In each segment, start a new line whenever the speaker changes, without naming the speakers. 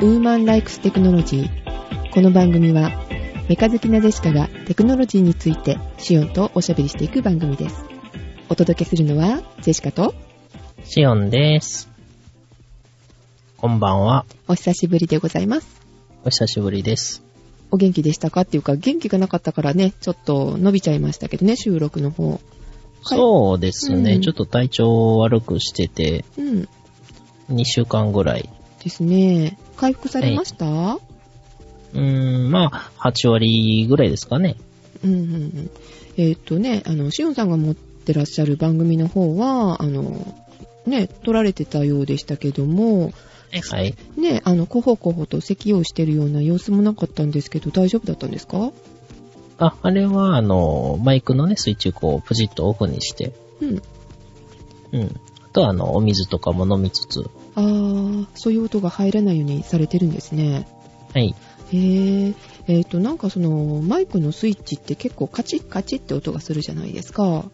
ウーマン・ライクス・テクノロジー。この番組は、メカ好きなジェシカがテクノロジーについてシオンとおしゃべりしていく番組です。お届けするのは、ジェシカと、
シオンです。こんばんは。
お久しぶりでございます。
お久しぶりです。
お元気でしたかっていうか、元気がなかったからね、ちょっと伸びちゃいましたけどね、収録の方。はい
そうですね、
うん
ちょっと体調を悪くしてて、
うん。
2週間ぐらい。
ですね。回復されました、
うーん、まあ、8割ぐらいですかね。
うんうんうん。えーっ、とね、あの、シオンさんが持ってらっしゃる番組の方は、あの、ね、撮られてたようでしたけども、
はい。
ね、あの、こほこほと咳をしてるような様子もなかったんですけど、大丈夫だったんですか
あ、あれは、あの、マイクのね、水中こう、プチッとオフにして、
うん。
うん。あとは、あの、お水とかも飲みつつ、
あー、そういう音が入らないようにされてるんですね。
はい。
へー。えーっ、と、なんかその、マイクのスイッチって結構カチッカチッって音がするじゃないですか。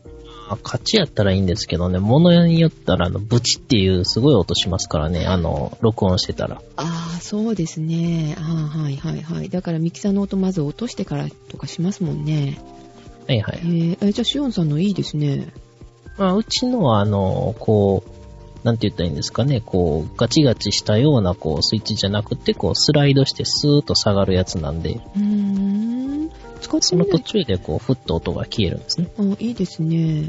あ勝ちやったらいいんですけどね、物によったら、あの、ブチっていうすごい音しますからね、あの、録音してたら。
あー、そうですね。あー、はいはいはい。だからミキサーの音まず落としてからとかしますもんね。
はいはい。
へーえじゃあ、シオンさんのいいですね。
まあ、うちのは、あの、こう、なんて言ったらいいんですかね、こう、ガチガチしたような、こう、スイッチじゃなくて、こう、スライドしてスーッと下がるやつなんで、
うーん。使って
その
みな
途
い
中で、こう、ふっと音が消えるんですね。
あ、いいですね。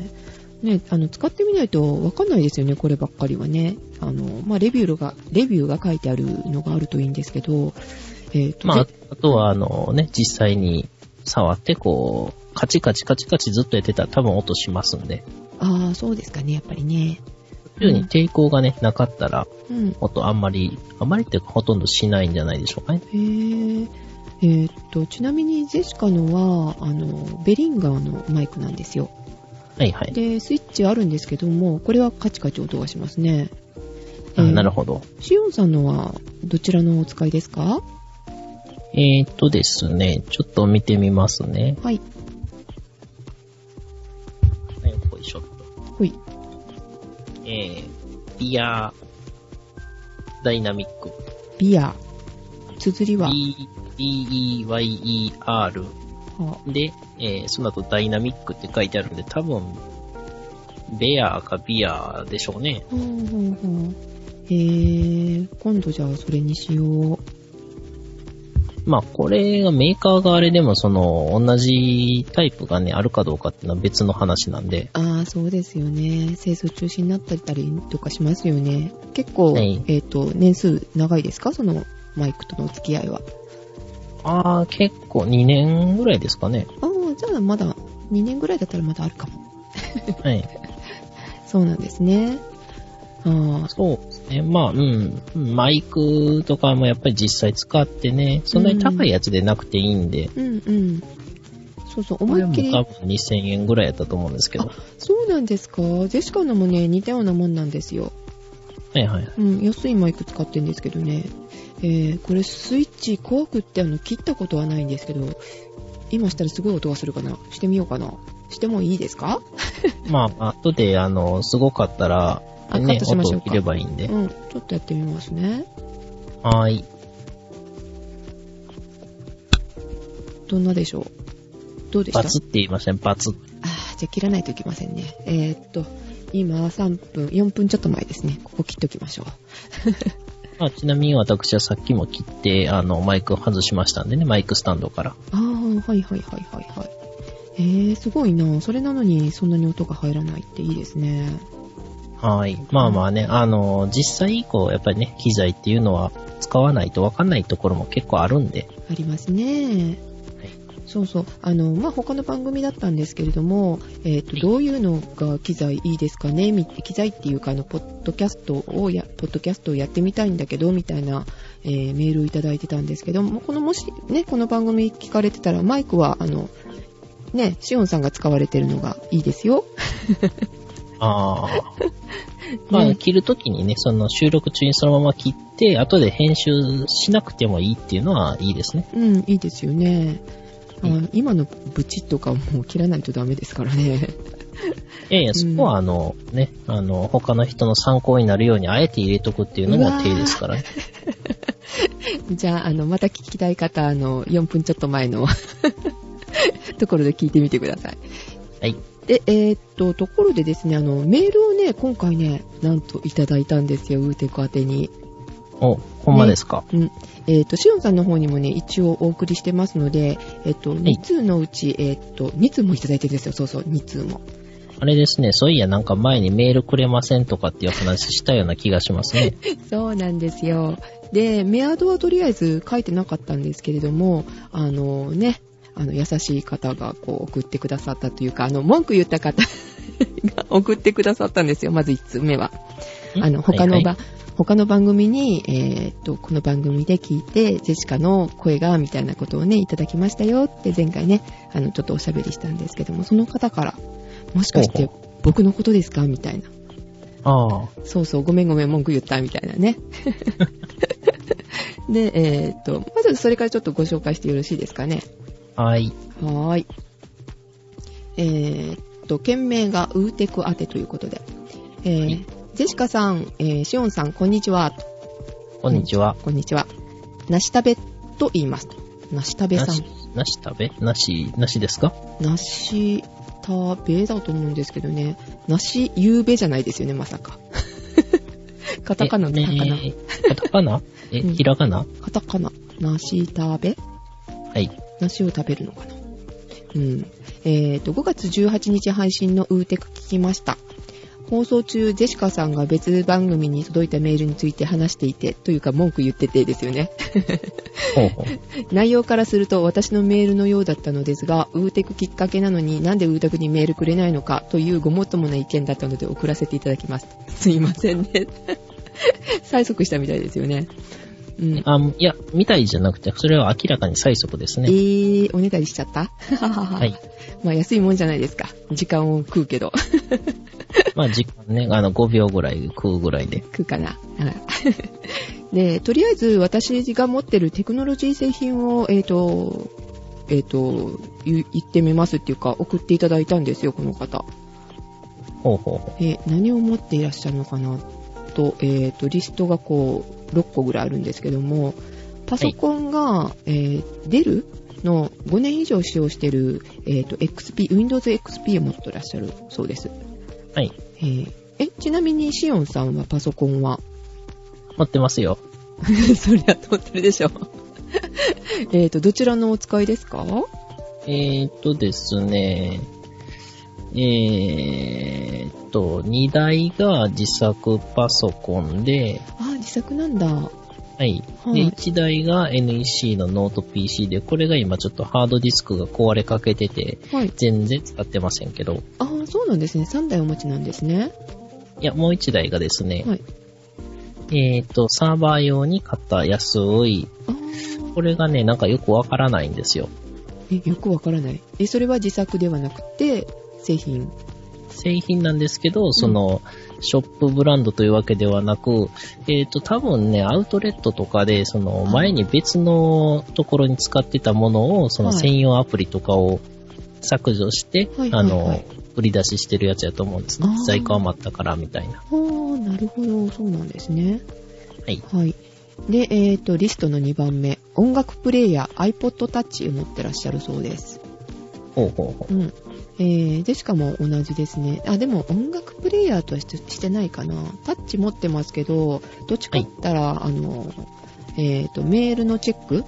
ね、あの、使ってみないとわかんないですよね、こればっかりはね。あの、まあ、レビューが、レビューが書いてあるのがあるといいんですけど、えっ、と、
まあ、あ
ぜ
あとは、あのね、実際に触って、こう、カチカチカチカチずっとやってたら多分音しますんで、
ああ、そうですかね、やっぱりね。
途中に抵抗がね、なかったら、
うん。
音あんまり、あんまりっていうかほとんどしないんじゃないでしょうかね。
へーえっ、と、ちなみにジェシカのは、あの、ベリンガーのマイクなんですよ。
はいはい。
で、スイッチあるんですけども、これはカチカチ音がしますね。
あなる
ほ
ほど。
ど。シオンさんのは、どちらのお使いですか
えーっとですね、ちょっと見てみますね。
はい。
はい、よいしょっと。
ほい。
えー、ビアー、ダイナミック。
ビア。綴りは、
B、D-E-Y-E-R
は
で、えー、その後ダイナミックって書いてあるんで、多分、ベアーかビアーでしょうね。
ほうほうほう。へー、今度じゃあそれにしよう。
まあ、これがメーカーがあれでも、その、同じタイプがね、あるかどうかっていうのは別の話なんで、
ああ、そうですよね。清掃中止になったりとかしますよね。結構、
はい
えっ、と、年数長いですかそのマイクとのお付き合いは。
ああ、結構2年ぐらいですかね。
ああ、じゃあまだ2年ぐらいだったらまだあるかも。
はい。
そうなんですね。ああ、
そうですね。まあ、うん。マイクとかもやっぱり実際使ってね、そんなに高いやつでなくていいんで、
うんうん。そうそう、
こ
思
れ
いっ
も
き
多
り。
分2000円ぐらいやったと思うんですけど。は
そうなんですかジェシカのもね、似たようなもんなんですよ。
いはい。
うん、安いマイク使ってんですけどね、えー、これスイッチ怖くってあの切ったことはないんですけど、今したらすごい音がするかなしてみようかなしてもいいですか
まあ、後で、あの、すごかったら、
あカッ
ね、
トし
音
ましょう
を
か
切ればいいんで。
うん、ちょっとやってみますね。
はーい。
どんなでしょうどうでした
バツって言いましたね、バツ。
あーじゃあ切らないといけませんね。えー、っと、今3分、4分ちょっと前ですね。ここ切っときましょう。
まあ、ちなみに私はさっきも切って、あの、マイクを外しましたんでね、マイクスタンドから。
あー、はいはいはいはいはい。えー、すごいなそれなのにそんなに音が入らないっていいですね。
はーい。まあまあね、あの、実際以降、やっぱりね、機材っていうのは使わないとわかんないところも結構あるんで、
ありますね。そうそう。あの、まあ、他の番組だったんですけれども、えっ、
は
と、
い
どういうのが機材いいですかねみ機材っていうか、あの、ポッドキャストをや、ポッドキャストをやってみたいんだけど、みたいな、えーメールをいただいてたんですけども、この、もしね、この番組聞かれてたら、マイクは、あの、ね、シオンさんが使われてるのがいいですよ。
ああ。 まあ、
ね
切るときにね、その収録中にそのまま切って、後で編集しなくてもいいっていうのはいいですね。
うん、いいですよね。あ
う
今のブチッとかもう切らないとダメですからね。
いやいや、そこはあの、ね、あの、他の人の参考になるようにあえて入れとくっていうのも手ですからね。
じゃあ、あの、また聞きたい方、あの、4分ちょっと前の ところで聞いてみてください。
はい。
で、えーっと、ところでですね、あの、メールをね、今回ね、なんといただいたんですよ、ウーテコ宛てに。
お、ほんまですか。
うん。えーっと、シオンさんの方にもね、一応お送りしてますので、えーっと、2通のうち、えーっと、2通もいただいてるんですよ、そうそう、2通も。
あれですね、そういやなんか前にメールくれませんとかっていう話したような気がしますね。
そうなんですよ。で、メアドはとりあえず書いてなかったんですけれども、あのね、あの、優しい方がこう送ってくださったというか、あの、文句言った方が送ってくださったんですよ、まず1つ目は。 あの、他の
はい
ば、
はい
他の番組に、えーっと、この番組で聞いて、ジェシカの声が、みたいなことをね、いただきましたよって前回ね、あの、ちょっとおしゃべりしたんですけども、その方から、もしかして僕のことですかみたいな。
ああ、
そうそう、ごめんごめん、文句言った、みたいなね。 で、えーっと、まずそれからちょっとご紹介してよろしいですかね。
はい。
はーい。えーっと、件名がウーテク宛てということで。えー
はい
ジェシカさん、えーシオンさん、こんにちは。
こんにちは。
こんにちは。なしたべと言います。なしたべ
な
さ
し
ん。、
なし食べなし、なしですか
なしたべだと思うんですけどね。なしゆうべじゃないですよね、まさか。 カタカナ、カタ
え
カナ。
えーカタカナ え、
うん
ひらがな
カタカナ、梨食べ
はい。
梨を食べるのかなうん。えっ、と、5月18日配信のウーテク聞きました。放送中、ジェシカさんが別番組に届いたメールについて話していて、というか文句言っててですよね。
ほうほう。
内容からすると私のメールのようだったのですが、ウーテクきっかけなのになんでウーテクにメールくれないのかというごもっともな意見だったので送らせていただきます。すいませんね。 催促したみたいですよね。うん。
あ、いや、みたいじゃなくて、それは明らかに催促です
え
ね。
ー、おねだりしちゃったは
はい。
まあ安いもんじゃないですか。時間を食うけ ど。
まあ、時間ね、あの、5秒ぐらい食うぐらいで。
食うかな。はい。 で、とりあえず私が持ってるテクノロジー製品を、えっ、と、えっ、と、言言ってみますっていうか、送っていただいたんですよ、この方。
ほうほうほ
えー何を持っていらっしゃるのかなと、えっ、と、リストがこう、6個ぐらいあるんですけども、パソコンが、えー、デルの5年以上使用している、えっ、と、XP、Windows XP を持ってらっしゃるそうです。
う。はい。
えーえ、ちなみにシオンさんはパソコンは
持ってますよ。
そりゃ通ってるでしょ。 えっと、どちらのお使いですか
えーっとですね、えーっと、2台が自作パソコンで、
あ、自作なんだ。
はい。
はい
で、1台が NEC のノート PC で、これが今ちょっとハードディスクが壊れかけてて、
はい。
全然使ってませんけど、
あーそうなんですね。3台お持ちなんですね。
いや、もう1台がですね、
はい。
えーっと、サーバー用に買った安い、
あー
これがね、なんかよくわからないんですよ。
え、よくわからない。え、それは自作ではなくて、製品。
製品なんですけど、その、ショップブランドというわけではなく、えっ、と、多分ね、アウトレットとかで、その、前に別のところに使ってたものを、その
はい
専用アプリとかを削除して、
はい
あの、
はいはい
売り出ししてるやつやと思うんですね
あー。
在庫余ったから、みたいな。
あーなるほど。そうなんですね。
はい。
はい。で、えっ、と、リストの2番目。音楽プレイヤー iPod Touch を持ってらっしゃるそうです。
ほうほうほ
うん。えー、で、しかも同じですね。あ、でも音楽プレイヤーとはしてしてないかな。タッチ持ってますけど、どっちかって言ったら、あの、えっ、と、メールのチェック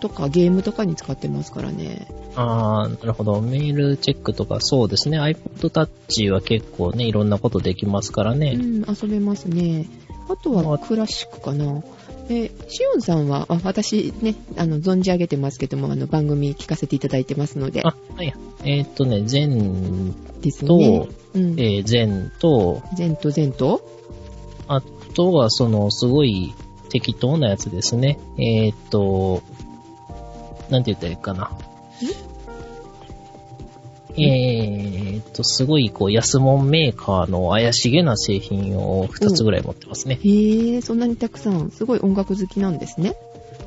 とかゲームとかに使ってますからね。
う。あー、なるほど。メールチェックとか、そうですね。iPod Touch は結構ね、いろんなことできますから
う
ね。
ん、遊べますね。あとはクラシックかな。えーシオンさんは、あ私ね、あの、存じ上げてますけども、あの、番組聞かせていただいてますので、
あ、はい。えっ、とね、全
ですね
と。、
うん。
えー、全と、
前と前と
あとは、その、すごい適当なやつですね。えーっと、なんて言ったらいいかな。えーっと、すごい、こう、安物メーカーの怪しげな製品を2つぐらい持ってますね。
へえ、そんなにたくさん、すごい音楽好きなんですね。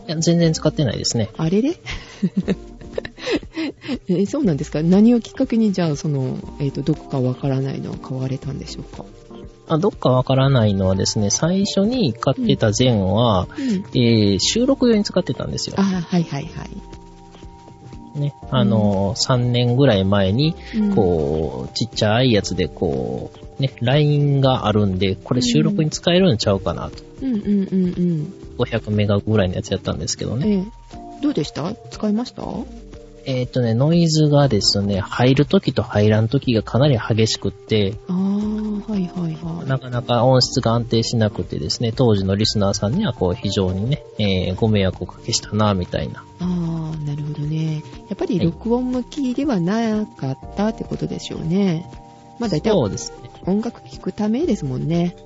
いや全然使ってないですね。
あれ れえそうなんですか何をきっかけにじゃあその、えっとどこかわからないのを買われたんでしょうか
あどっかわからないのはですね、最初に買ってた前は、
うん。
えー収録用に使ってたんですよ
あ。はいはいはい。
ね。あのー、3年ぐらい前に、
うん
こう、ちっちゃいやつで、こう、ね、LINE があるんで、これ収録に使えるんちゃうかなと。
うんうんうんうん。
500メガぐらいのやつやったんですけどね。
ええ。どうでした使いました
えーっ、とね、ノイズがですね、入るときと入らんときがかなり激しくって、
ああ、はいはいはい。
なかなか音質が安定しなくてですね、当時のリスナーさんにはこう非常にね、えーご迷惑をおかけしたな、みたいな。
ああ、なるほどね。やっぱり
はい
録音向きではなかったってことでしょうね。まあ大体
そうですね。
音楽聴くためですもんね。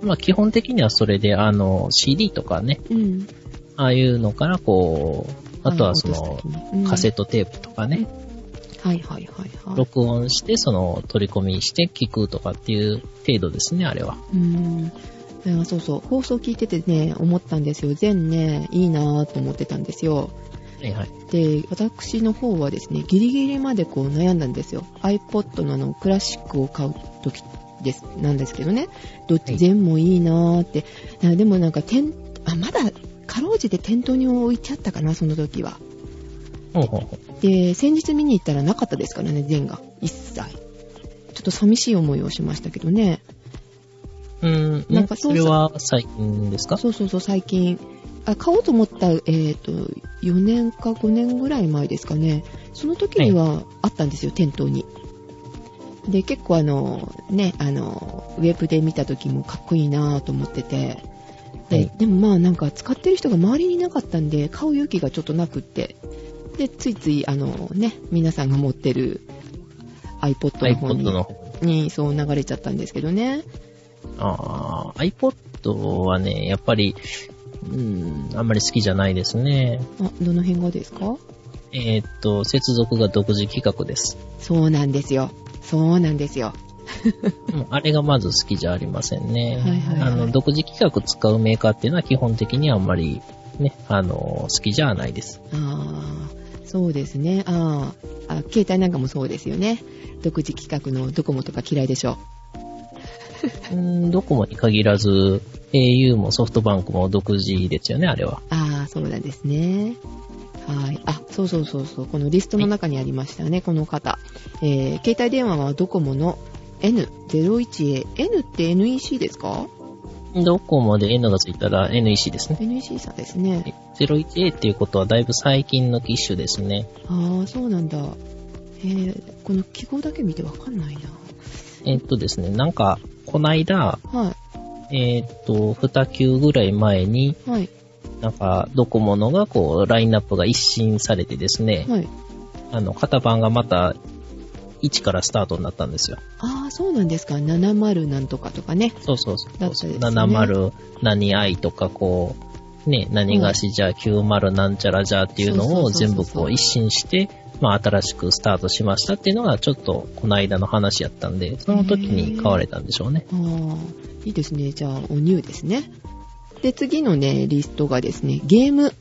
まあ基本的にはそれで、あの、CD とかね、
うん。
ああいうのからこう、あとはその、カセ
ッ
ットテープとかね、
ト。はいはいはいはい。
録音して、その、取り込みして聞くとかっていう程度ですね、あれは。
うーんあそうそう放送聞いててね思ったんですよ全ねいいなぁと思ってたんですよ
はいはい。
で私の方はですねギリギリまでこう悩んだんですよ iPod のあのクラシックを買う時ですなんですけどねどっ
は
ち
い
全もいいなぁってあでもなんか店あまだかろうじて店頭に置いてあったかなその時は
ほうほうほう。
で先日見に行ったらなかったですからね全が一切ちょっと寂しい思いをしましたけどね
うーん、
な
なん
か
んか
そ
そうれは最近ですか
そうそうそう、最近。あ買おうと思った、えっ、と、4年か5年ぐらい前ですかね。その時にはあったんですよ、店頭に。で、結構あの、ね、あの、ウェブで見た時もかっこいいなぁと思ってて。で、
はい
でもまあなんか使ってる人が周りにいなかったんで、買う勇気がちょっとなくって。で、ついついあのね、皆さんが持ってる iPod の方
iPod
に
の方。
にそう流れちゃったんですけどね。
あー iPod はね、やっぱり、うーん、あんまり好きじゃないですね。
あ、どの辺がですか
えーっと、接続が独自規格です。
そうなんですよ。そうなんですよ。
うんあれがまず好きじゃありませんね。
はいはいはい
あの、独自規格使うメーカーっていうのは基本的にあんまり、ね、あの、好きじゃないです。
ああ、そうですね。あーあ、携帯なんかもそうですよね。独自企画のドコモとか嫌いでしょ。
うん、ドコモに限らず、au もソフトバンクも独自ですよね、あれは。
ああ、そうなんですね。はい。あ、そうそうそうそう。このリストの中にありましたね、この方。えー、携帯電話はドコモの N01A。N って NEC ですか
ドコモで N がついたら NEC ですね。
?NEC さんですね。
01A っていうことはだいぶ最近の機種ですね。
ああ、そうなんだ。えー、この記号だけ見てわかんないな。
えっとですね、なんか、こないだ、
は
えっと、2級ぐらい前に、
い。はい。
なんか、ドコモのが、こう、ラインナップが一新されてですね、
はい。
あの、型番がまた、1からスタートになったんですよ。
ああ、そうなんですか。70なんとかとかね。
そうそうそう。
だったですね
70何 i とか、こう、ね、何がしじゃ、90なんちゃらじゃっていう
そ
のを
うそうそう
全
そう
部こう一新して、まあ新しくスタートしましたっていうのがちょっとこの間の話やったんで、その時に買われたんでしょうね。
ああ、いいですね。じゃあ、おニューですね。で、次のね、リストがですね、ゲーム、
は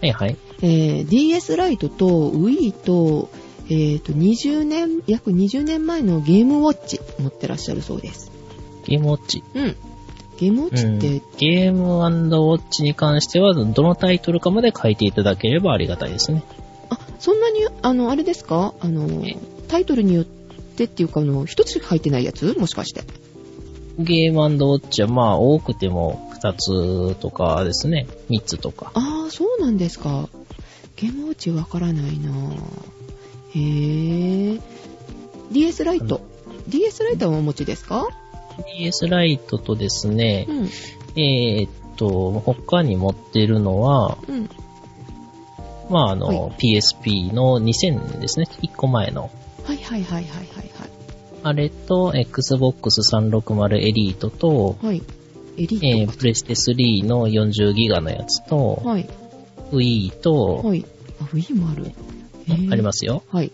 いはい。
えー DS ライトと Wii と、えっ、と、20年、約20年前のゲームウォッチ持ってらっしゃるそうです。
ゲームウォッチ。
うん。ゲームウォッチ
うん
って、
ゲームウォッチに関しては、どのタイトルかまで書いていただければありがたいですね。
あ、そんなに、あの、あれですかあの
え、
タイトルによってっていうか、あの、一つしか入ってないやつもしかして。
ゲームウォッチは、まあ多くても2つとかですね、3つとか。
ああ、そうなんですか。ゲームウォッチわからないなへぇ DS ライト。DS ライトはお持ちですか
DS ライトとですね
う、ん。
えーっと、他に持ってるのは、
うん。
まああの、
は
PSP の2000ですね、1個前の。
はいはいはいはいはい
あれと、Xbox 360エリートと、
はい。はい。エリ
え
ー
ー
ト
プレステ3の40ギガのやつ
か。
と、
はい。
Wii と、
はい。あ、ウィーもある。。
ありますすよ。
はい。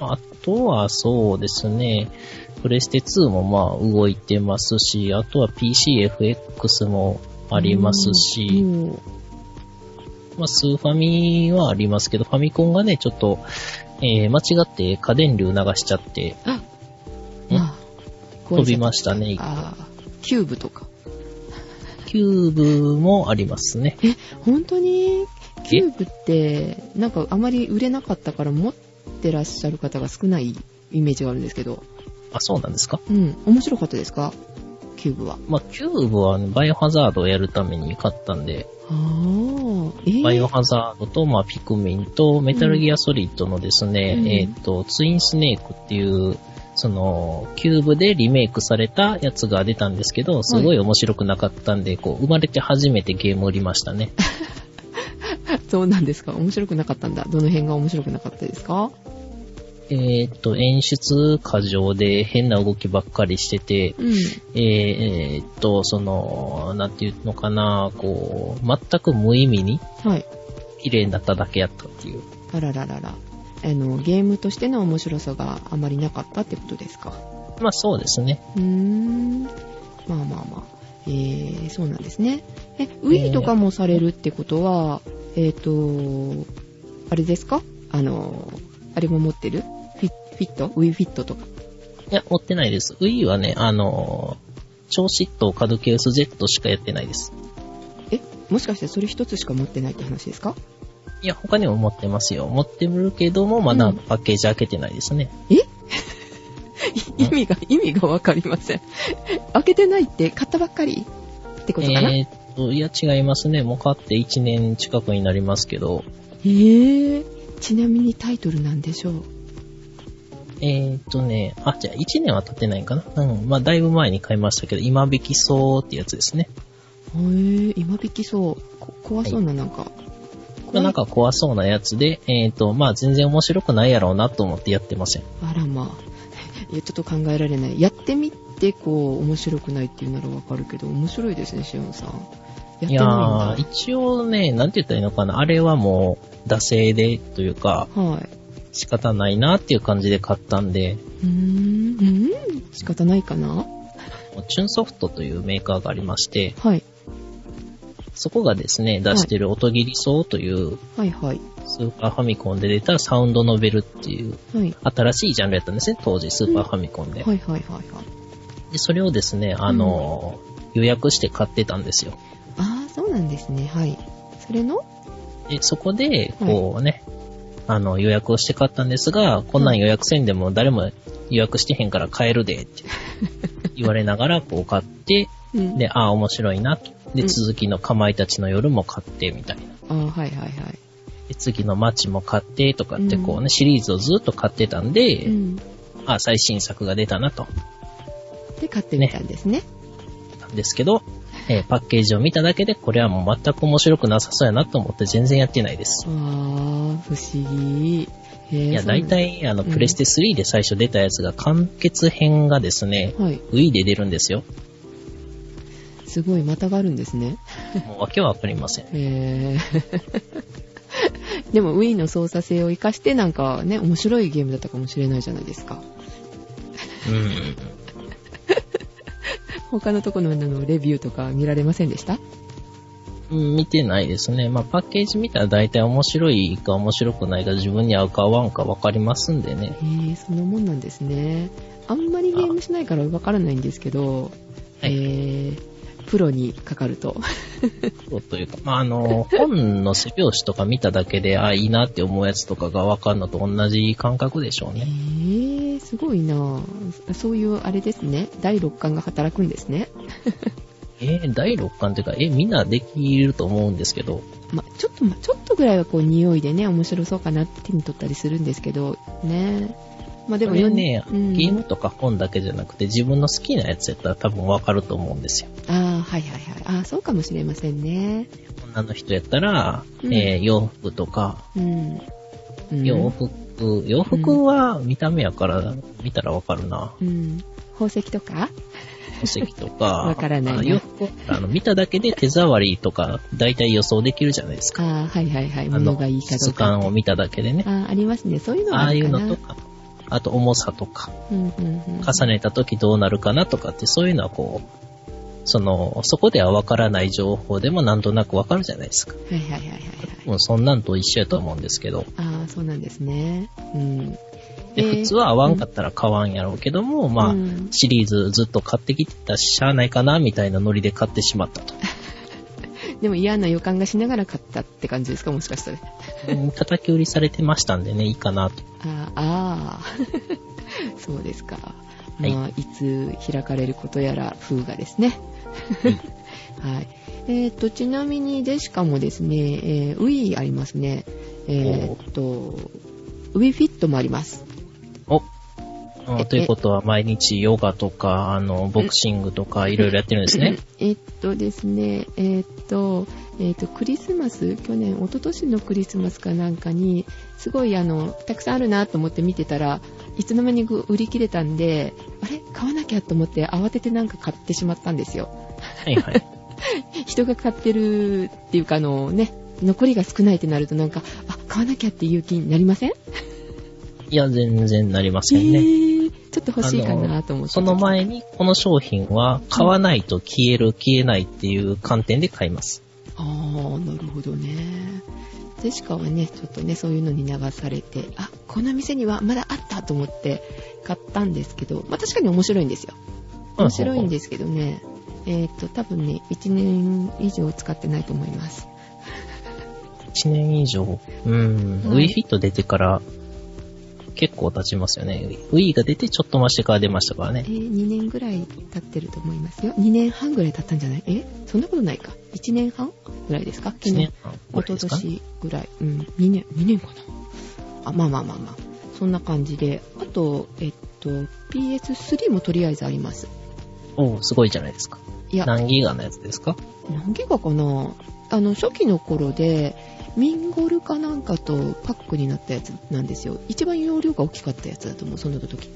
あとはそうですね、プレステ2もまあ動いてますし、あとは PCFX もあります
う
し、
んも
まあ、スーファミはありますけど、ファミコンがね、ちょっと、えー間違って家電流流しちゃって、
うまあ、壊れちゃ
飛
った
びましたね。
ああ、キューブとか。
キューブもありますね。
え、本当にキューブって、なんかあまり売れなかったから持ってらっしゃる方が少ないイメージがあるんですけど。
あ、そうなんですか
うん、面白かったですかキューブは。
まあ、キューブはね、バイオハザードをやるために買ったんで、
ああ、えー
バイオハザードと、まあ、ピクミンと、メタルギアソリッドのですね、
うん
えっ、と、ツインスネークっていう、その、キューブでリメイクされたやつが出たんですけど、すごい面白くなかったんで、こう、生まれて初めてゲーム売りましたね。
そうなんですか面白くなかったんだ。どの辺が面白くなかったですか
えっ、と、演出過剰で変な動きばっかりしてて、
うん。
えーえーっと、その、なんていうのかな、こう、全く無意味に
はい。
綺麗になっただけやったっていう。
あらららら。あの、ゲームとしての面白さがあまりなかったってことですか。
まあそうですね。
うーん。まあまあまあ。えー、そうなんですね。え、Wii とかもされるってことは、えっ、と、あれですかあの、あれも持ってるフィフィット ?Wii フィットとか。
いや、追ってないです。Wii はね、あのー、超嫉妬カドケウス Z しかやってないです。
え、もしかしてそれ一つしか持ってないって話ですか
いや、他にも持ってますよ。持ってるけども、まだ
うん
パッケージ開けてないですね。
意味が、意味がわかりま せん。開けてないって買ったばっかりってことかな、
えーっと、いや、違いますね。もう買って1年近くになりますけど、
えー、ちなみにタイトルなんでしょう。
えーっとね、あ、じゃあ1年は経ってないかな。うん。まあ、だいぶ前に買いましたけど、今引きそうってやつですね。
へー、今引きそう。こ怖そうな、なんか。
まあなんか怖そうなやつで、えーっと、まあ、全然面白くないやろうなと思ってやってません。
あらまあ。いや、ちょっと考えられない。やってみて、こう、面白くないっていうならわかるけど、面白いですね、しおんさん。やって
いや
な
ー、
いんだ。
一応ね、なんて言ったらいいのかな。あれはもう、惰性でというか、
はい。
仕方ないなっていう感じで買ったんで、
うーん、うーん、仕方ないかな
チュンソフトというメーカーがありまして、
はい。
そこがですね、出してる音切りそうという、
はいはい。
スーパーファミコンで出たサウンドノベルっていう、
はい。
新しいジャンルやったんですね、当時、スーパーファミコンで。
はいはいはいはい。
でそれをですね、あのー、予約して買ってたんですよ。
あー、そうなんですね。はい。それの
で、そこで、こうね、あの、予約をして買ったんですが、こんなん予約せんでも誰も予約してへんから買えるで、って言われながら、こう買って、
うん
で、ああ、面白いなと。で、
うん
続きのかまいたちの夜も買って、みたいな。
あー、はいはいはい。
で、次の街も買って、とかって、こう
う
ね、シリーズをずっと買ってたんで、
うん。
ああ、最新作が出たなと。
で、買ってみたんですね。
なんですけど、えーパッケージを見ただけで、これはもう全く面白くなさそうやなと思って全然やってないです
あ。ー、不思議。へー
いや、
そうなん
大
だ
体、あの、
うん
プレステ3で最初出たやつが、完結編がですね、
はい。
Wii で出るんですよ。
すごい、またがあるんですね。
もう訳はわかりません。
へー でも Wii の操作性を活かしてなんかね、面白いゲームだったかもしれないじゃないですか。
うん。
他のところのあのレビューとか見られませんでした
うん見てないですね。まあ、パッケージ見たら大体面白いか面白くないか自分に合うか合わんかわかりますんでね。
へーそのもんなんですね。あんまりゲームしないからわからないんですけど、
は
え
い
ープロにかかると。
そうというか、まあ、あの、本の背表紙とか見ただけで、あ、いいなって思うやつとかがわかるのと同じ感覚でしょう
え
ね。
ー、すごいなぁそういうあれですね。第六感が働くんですね。
えー第6巻というか、えーみんなできると思うんですけど、
まあ、ちょっと、まあ、ちょっとぐらいはこう匂いでね、面白そうかなって手に取ったりするんですけど、ね。まあで
でも
も
ね、
うん
ゲームとか本だけじゃなくて自分の好きなやつやったら多分わかると思うんですよ。
ああ、はいはいはい。ああ、そうかもしれませんね。
女の人やったら、
うん
えー洋服とか、
うん。うん、
洋服、洋服は見た目やから見たらわかるな。
うん。宝石とか
宝石とか。
わからないな
あ洋服あの見ただけで手触りとか大体予想できるじゃないですか。
ああ、はいはいはい。
あ
物
の
がいいかど
質
うか
感
って。
を見ただけでね。
ああ、ありますね。そういうのは
ああ
る
いう
かな
のとか、あと重さとか、
うんうんうん。
重ねた時どうなるかなとかってそういうのはこう、その、そこではわからない情報でもなんとなくわかるじゃないですか。
はいはいはいはいはい。
もうそんなんと一緒やと思うんですけど。
ああ、そうなんですね。うん。
で
えー
普通は合わんかったら買わんやろうけども、まあ
うん、
シリーズずっと買ってきてたし、しゃあないかな、みたいなノリで買ってし まったと。
でも嫌な予感がしながら買ったって感じですかもしかしたら。
うん叩き売りされてましたんでね、いいかなと。
ああ ー、そうですか。
はい
まあ、いつ開かれることやら風がですね。 はい。えっ、と、ちなみに、でしかもですね、えー、ウィーありますね。えっ、と、ウィフィットもあります。
お
え
うんということは、毎日ヨガとか、あの、ボクシングとか、いろいろやってるんで すね。
えっとですね、えっと、えっと、クリスマス、去年、一昨年のクリスマスかなんかに、すごい、あの、たくさんあるなと思って見てたら、いつの間にか売り切れたんで、あれ買わなきゃと思って、慌ててなんか買ってしまったんですよ。
はいはい。
人が買ってるっていうか、あのね、残りが少ないってなると、なんか、あ、買わなきゃっていう気になりません
いや、全然なりま
え
せんね。
ーちょっと欲しいかなと思って。
その前に、この商品は、買わないと消える、消えないっていう観点で買います。
ああ、なるほどね。ジェシカはね、ちょっとね、そういうのに流されて、あ、この店にはまだあったと思って買ったんですけど、まあ確かに面白いんですよ。面白いんですけどね、えっ、と、多分ね、1年以上使ってないと思います。
1年以上。うん。
はい
Wii Fit 出てから結構経ちますよね。Wii が出てちょっと増してから出ましたから
え
ね。
2年ぐらい経ってると思いますよ。2年半ぐらい経ったんじゃないえそんなことないか。1年半ぐらいですか
1年半
一
ぐらい
昨
ですかね。
年ぐらい、うん、2年、2年かな。あ、まあまあまあまあ。そんな感じで、あと、えっと、PS3 もとりあえずあります。
おうすごいじゃないですか。
いや、
何ギガのやつですか
何ギガかなあの、初期の頃で、ミンゴルかなんかとパックになったやつなんですよ。一番容量が大きかったやつだと思う、その時に。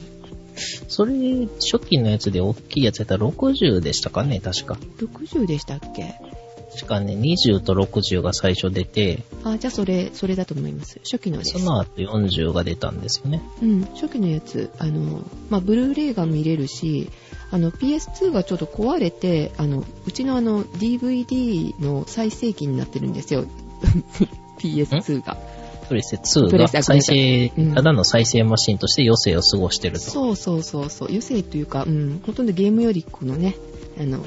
それ、初期のやつで大きいやつやったら60でしたかね、確か。
60でしたっけ
確かね、20と60が最初出て、
あ、じゃあそれ、それだと思います。初期のです。
その後40が出たんですよね。
うん、初期のやつ、あの、まあ、ブルーレイが見れるし、あの、PS2 がちょっと壊れて、あの、うちのあの、DVD の最盛期になってるんですよ。PS2 が。
プレステ2
プレ
が
ステあ
再生
ごめんなさいうん、
ただの再生マシンとして余生を過ごしてると。
そうそうそうそう、余生というか、うん、ほとんどゲームよりこのね、あの、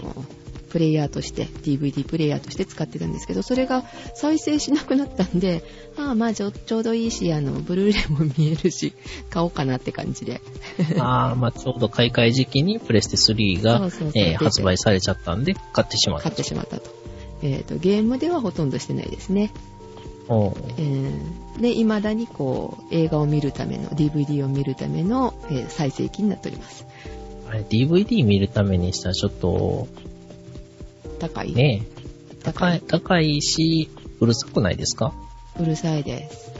プレイヤーとして、DVD プレイヤーとして使ってたんですけど、それが再生しなくなったんで、ああ、まあちょ、ちょうどいいし、あの、ブルーレイも見えるし、買おうかなって感じで。
ああ、まあちょうど買い替え時期にプレステ3が
そうそうそう
えー発売されちゃったんで買ってしまった
買っ。てしまったと。えっ、と、ゲームではほとんどしてないですね。
おう
えーで、未だにこう、映画を見るための、DVD を見るための、えー再生期になっております。
あれ、DVD 見るためにしたらちょっと、
高い。
ね、高い、高いし、うるさくないですか
うるさいです。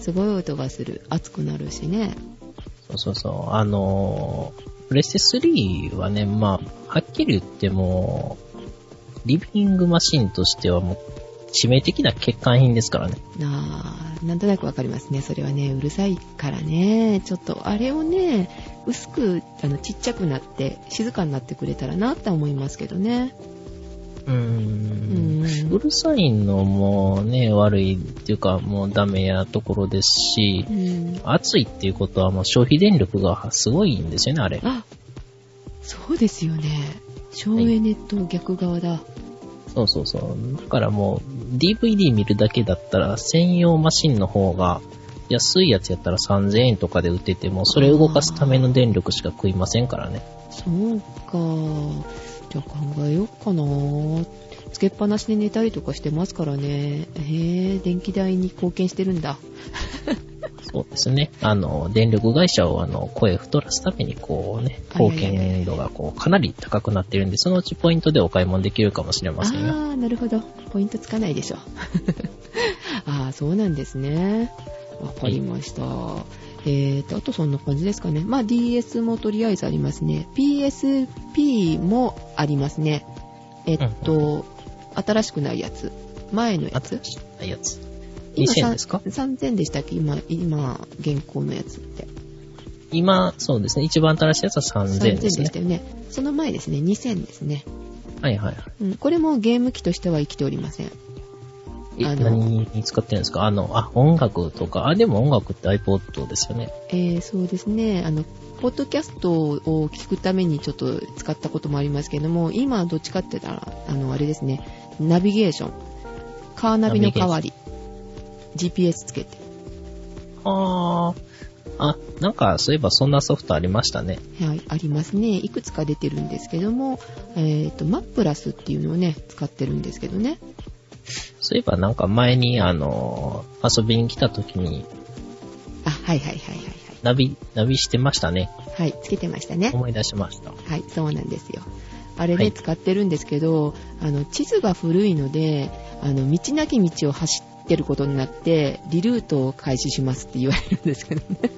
すごい音がする。熱くなるしね。
そうそうそう。あのー、プレステ3はね、まあ、はっきり言っても、リビングマシンとしてはもう、致命的な欠陥品ですからね。
なあ、なんとなくわかりますね。それはね、うるさいからね。ちょっと、あれをね、薄く、あの、ちっちゃくなって、静かになってくれたらなって思いますけどね。
う
う
ー。
んん。
うるさいのもね、悪いっていうか、もうダメやところですし
う、ん。
暑いっていうことはもう消費電力がすごいんですよね、あれ。
あそうですよね省エネと逆側だ、
そうそうそう。だからもう、DVD 見るだけだったら、専用マシンの方が、安いやつやったら3000円とかで売ってても、それを動かすための電力しか食いませんからね。
そうかじゃあ考えようかなつけっぱなしで寝たりとかしてますからねへえ電気代に貢献してるんだ
そうですね。あの、電力会社をあの、声太らすためにこうね、貢献度がこう、かなり高くなってるんで、そのうちポイントでお買い物できるかもしれませんよ。
ああなるほどポイントつかないでしょ ああそうなんですねわかりました、えーとあとそんな感じですかねまあ DS もとりあえずありますね PSP もありますねえっと、新しくないやつ前のやつ
新しいやつ。
今
2000
さん
ですか
3000でしたっけ今今現行のやつって
今、そうですね。一番新しいやつは3000
3000
で
です
ね
し。たよねその前ですね2000ですね、
はいはいはい。
うん、これもゲーム機としては生きておりません
え
あの
何に使ってるんですかあの、あ、音楽とか。あ、でも音楽って iPod ですよね。
えーそうですね。あの、ポッドキャストを聞くためにちょっと使ったこともありますけれども、今どっちかって言ったら、あの、あれですね、ナビゲーション。カーナビの代わり。GPS つけて。
あー。あ、なんか、そういえばそんなソフトありましたね。
はい、ありますね。いくつか出てるんですけども、えっ、と、マップラスっていうのをね、使ってるんですけどね。
そういえばなんか前に、あの、遊びに来た時に、
あ、はいはいはいはい
ナビ、ナビしてましたね。
はい。はい、つけてましたね。
思い出しました。
はい、そうなんですよ。あれね、
はい
使ってるんですけど、あの、地図が古いので、あの、道なき道を走ってることになって、リルートを開始しますって言われるんですけ どね。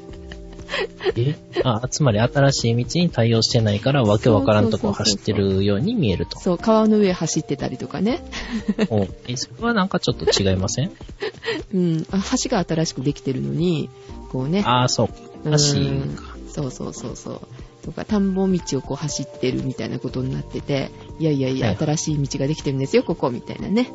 え あ、つまり新しい道に対応してないから、わけわからんとこを走ってるように見えると。
そう、川の上走ってたりとかね。
おえそれはなんかちょっと違いません
うん、あ橋が新しくできてるのに、こうね、
ああ、そう。
うん
らしいか。
そうそうそうそう。とか、田んぼ道をこう走ってるみたいなことになってて、いやいやい
は
や、
い
新しい道ができてるんですよ、ここ、みたいなね、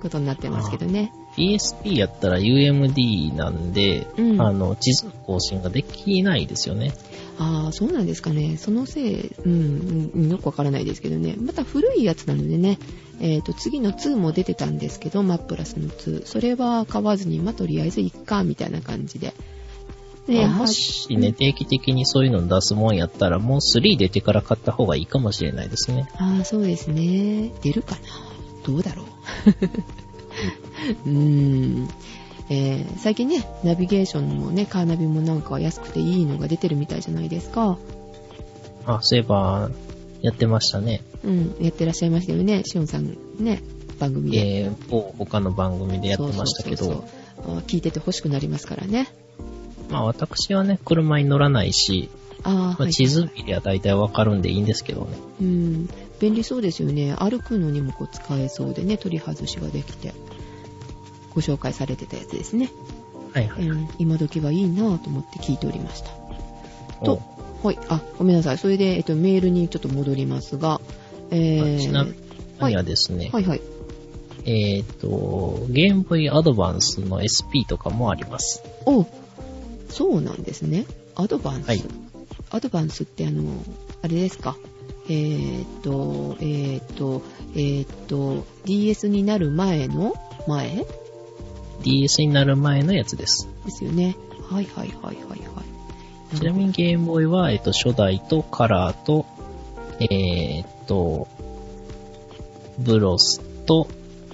ことになってますけどね。
ESP やったら UMD なんで、
うん
あの、地図の更新ができないですよね。
ああ、そうなんですかね。そのせい、うん、うんよくわからないですけどね。また古いやつなのでね、えっ、と、次の2も出てたんですけど、マップラスの2。それは買わずに、まあ、とりあえずいっか、みたいな感じで。で、
まあ
は
もしね、定期的にそういうの出すもんやったら、もう3出てから買った方がいいかもしれないですね。
ああ、そうですね。出るかなどうだろう。う ーん。えー最近ね、ナビゲーションもね、カーナビもなんかは安くていいのが出てるみたいじゃないですか。
あ、そういえば、やってましたね。
うん、やってらっしゃいましたよね、しおんさんね、番組で。
えー、某他の番組でやってましたけ
そうそう
ど、
そうそうあー聞いてて欲しくなりますからね。
まあ私はね、車に乗らないし、
ああ、
ま
は
あ、
い。
地図見りゃ大体わかるんでいいんですけどね。
うん。便利そうですよね。歩くのにもこう使えそうでね、取り外しができて。ご紹介されてたやつですね。
はいは
う
い。
ん、今時はいいなぁと思って聞いておりました。
お
と、はい、あ、ごめんなさい。それで、えっと、メールにちょっと戻りますが、えー、
ちなみにはですね、
はいはい。
えっ、と、ゲームボーイアドバンスの SP とかもあります。
おそうなんですね。アドバンス。
はい
アドバンスってあの、あれですか。えーっと、えーっと、えーっと、DS になる前の前
DS になる前のやつです。
ですよね。はいはいはいはいはい。
ちなみにゲームボーイは、えっ、と、初代とカラーと、えっ、と、ブロスと、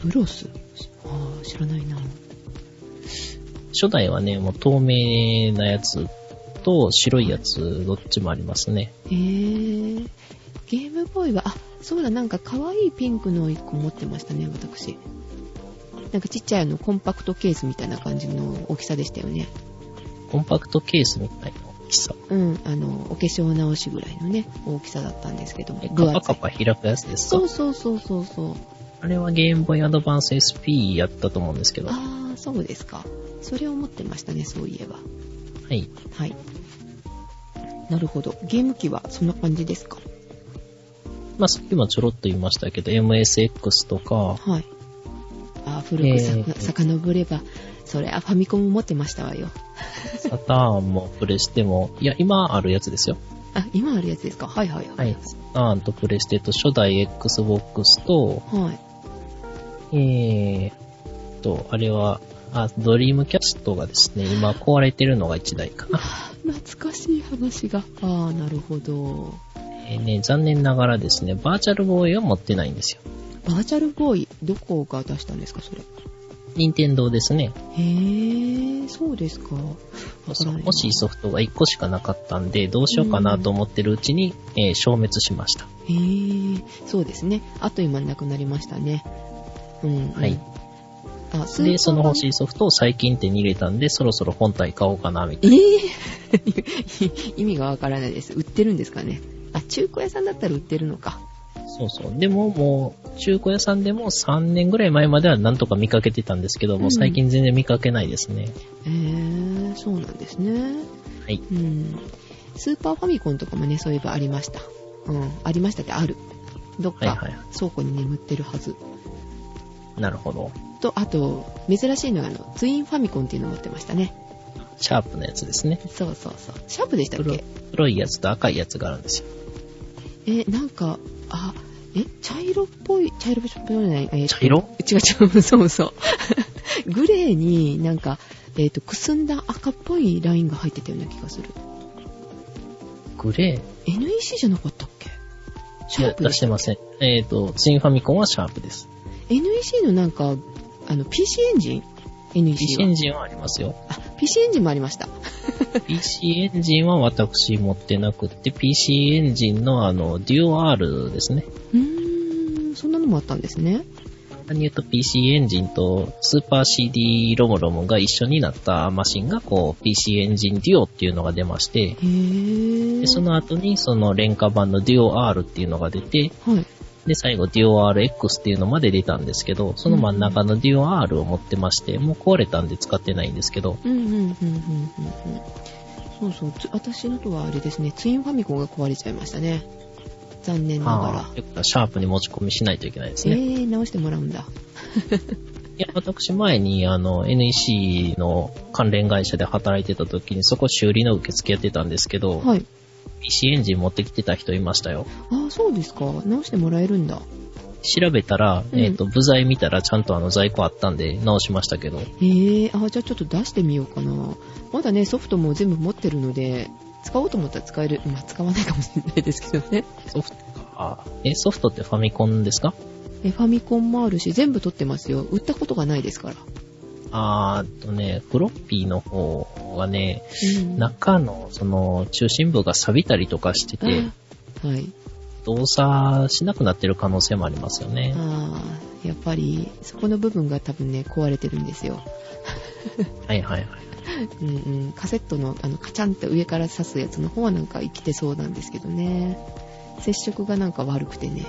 ブロスああ、知らないな。
初代はね、もう透明なやつと白いやつ、どっちもありますね。
へーゲームボーイは、あ、そうだ、なんか可愛いピンクの一個持ってましたね、私。なんかちっちゃいあのコンパクトケースみたいな感じの大きさでしたよね。
コンパクトケースみたいな大きさ。
うん、あの、お化粧直しぐらいのね、大きさだったんですけども
え、
分
カパ
厚
カ
い。
パ開くやつですか
そうそうそうそうそう。
あれはゲームボーイアドバンス SP やったと思うんですけど。は
ああ、そうですか。それを持ってましたね、そういえば。
い。
はい。なるほど。ゲーム機はそんな感じですか
まあ、さっきもちょろっと言いましたけど、MSX とか、
はい。あー古くさ
えー
か、遡れば、それ、あ、ファミコンも持ってましたわよ。
サターンもプレステも、いや、今あるやつですよ。
あ、今あるやつですかはいはいは。
はいい。サターンとプレステと初代 Xbox と、
はい。
えーっと、あれは、あ、ドリームキャストがですね、今壊れてるのが1台かな。
懐かしい話が。ああ、なるほど。
えーね、残念ながらですね、バーチャルボーイは持ってないんですよ。
バーチャルボーイ、どこが出したんですかそれ。
任天堂ですね。
へえ、そうですか。わからないな
欲しいソフトが1個しかなかったんで、どうしようかなと思ってるうちに、えー消滅しました。
へえ、そうですね。あっという間になくなりましたね。うん。
はい。
あ、スーパー
で、その欲し
い。
いソフトを最近手に入れたんで、そろそろ本体買おうかな、みた
え
いな。
ー 意味がわからないです。売ってるんですかね。あ、中古屋さんだったら売ってるのか。
そうそう。でも、もう、中古屋さんでも3年ぐらい前まではなんとか見かけてたんですけど、もう最近全然見かけないですね。
へえ、そうなんですね。
はい。
うん。スーパーファミコンとかもね、そういえばありました。うん。ありましたってある。どっ
はいは
か
い。
倉庫に眠ってるはず。
なるほど。
と、あと、珍しいのがあの、ツインファミコンっていうの持ってましたね。
シャープのやつですね。
そうそうそう。シャープでしたっ
黒
け
黒いやつと赤いやつがあるんですよ。
え、なんか、あ、え、茶色っぽい、茶色っぽいじゃない、えー
茶色
違う違う、そうそう。 グレーになんか、えっ、と、くすんだ赤っぽいラインが入ってたような気がする。
グレ
NEC じゃなかったっけ
ー
シ
い
ャー
や
プ
出
で
し
してた
ません。えっ、と、ツインファミコンはシャープです。
NEC のなんか、あの、PC エンジン ?NEC
PC エ
は
ン。ジンはありますよ。
あ、PC エンジンもありました。
PC エンジンは私持ってなくって、PC エンジンのあの、デュオ R ですね。
うーん、そんなのもあったんですね。
簡単に言うと PC エンジンとスーパー CD ロムロムが一緒になったマシンがこう PC エンジンデュオっていうのが出まして、
へぇ
でその後にその廉価版のデュオ R っていうのが出て、
はい。
で、最後デュオ RX っていうのまで出たんですけど、その真ん中のデュオ R を持ってまして、もう壊れたんで使ってないんですけど、
うんうんうんうんうんうん。そうそう、つ私のとはあれですね、ツインファミコンが壊れちゃいましたね。残念ながら
あ。ーよくシャープに持ち込みしないといけないです
え
ね。
ー、直してもらうんだ。
いや、私前にあの NEC の関連会社で働いてた時にそこ修理の受付やってたんですけど、
はい。
PC エンジン持ってきてた人いましたよ。
ああ、そうですか。直してもらえるんだ。
調べたら、
うん
えっ、と、部材見たらちゃんとあの在庫あったんで直しましたけど、
えー、あーじゃあちょっと出してみようかな。まだね、ソフトも全部持ってるので、使おうと思ったら使える。まあ、使わないかもしれないですけどね。
ソフトか。え、ソフトってファミコンですか
えファミコンもあるし、全部取ってますよ。売ったことがないですから。
あーっとね、フロッピーの方はね、
うん
中のその中心部が錆びたりとかしてて、
あはい。
動作しなくなってる可能性もありますよね。
ああ、やっぱり、そこの部分が多分ね、壊れてるんですよ。
はいはいはい。
うんうん。カセットの、あの、カチャンって上から刺すやつの方はなんか生きてそうなんですけどね。接触がなんか悪くてね。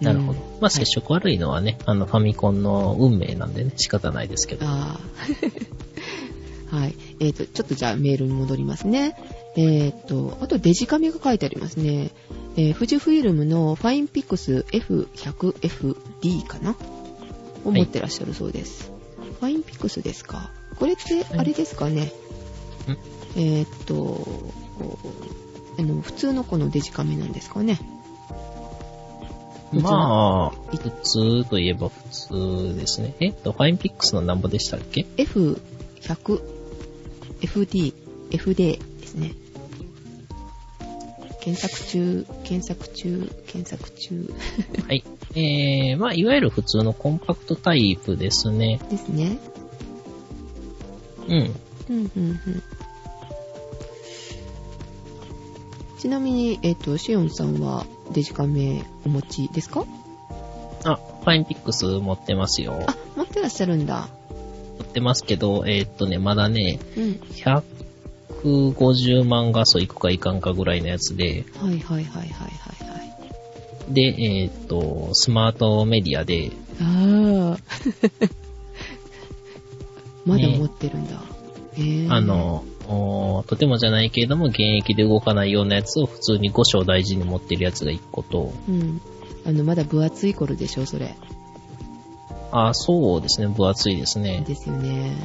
なるほど
うん。
まあ、接触悪いのはね、あの、ファミコンの運命なんでね、仕方ないですけ ど。
ああ。はい。えっ、と、ちょっとじゃあメールに戻りますね。えっ、と、あとデジカメが書いてありますね。えー富士フイルムのファインピックス F100FD かなを持ってらっしゃるそうです。ファインピックスですか。これって、あれですかね。えっ、と、こうあの普通のこのデジカメなんですかね。
まあ、普通といえば普通ですね。えっと、ファインピックスの何ぼでしたっけ
F100、FD、FD ですね。検索中、検索中、検索中
はい。えー、まあ、いわゆる普通のコンパクトタイプですね。
ですね。
うん。
うんうんうん。ちなみに、えっ、と、シオンさんはデジカメお持ちですか
あ、ファインピックス持ってますよ。
あ、持ってらっしゃるんだ。
持ってますけど、えーっとね、まだね、
うん。
150万画素いくかいかんかぐらいのやつで、
はいはいはいはいはいはい。
で、えーっと、スマートメディアで、
ああ。 まだ持ってるんだ。えー、
あ、の、おーとてもじゃないけれども、現役で動かないようなやつを普通に5章大事に持ってるやつが1個と、
うん。あの、まだ分厚い頃でしょ、それ。
あ、そうですね、分厚いですね。
ですよね。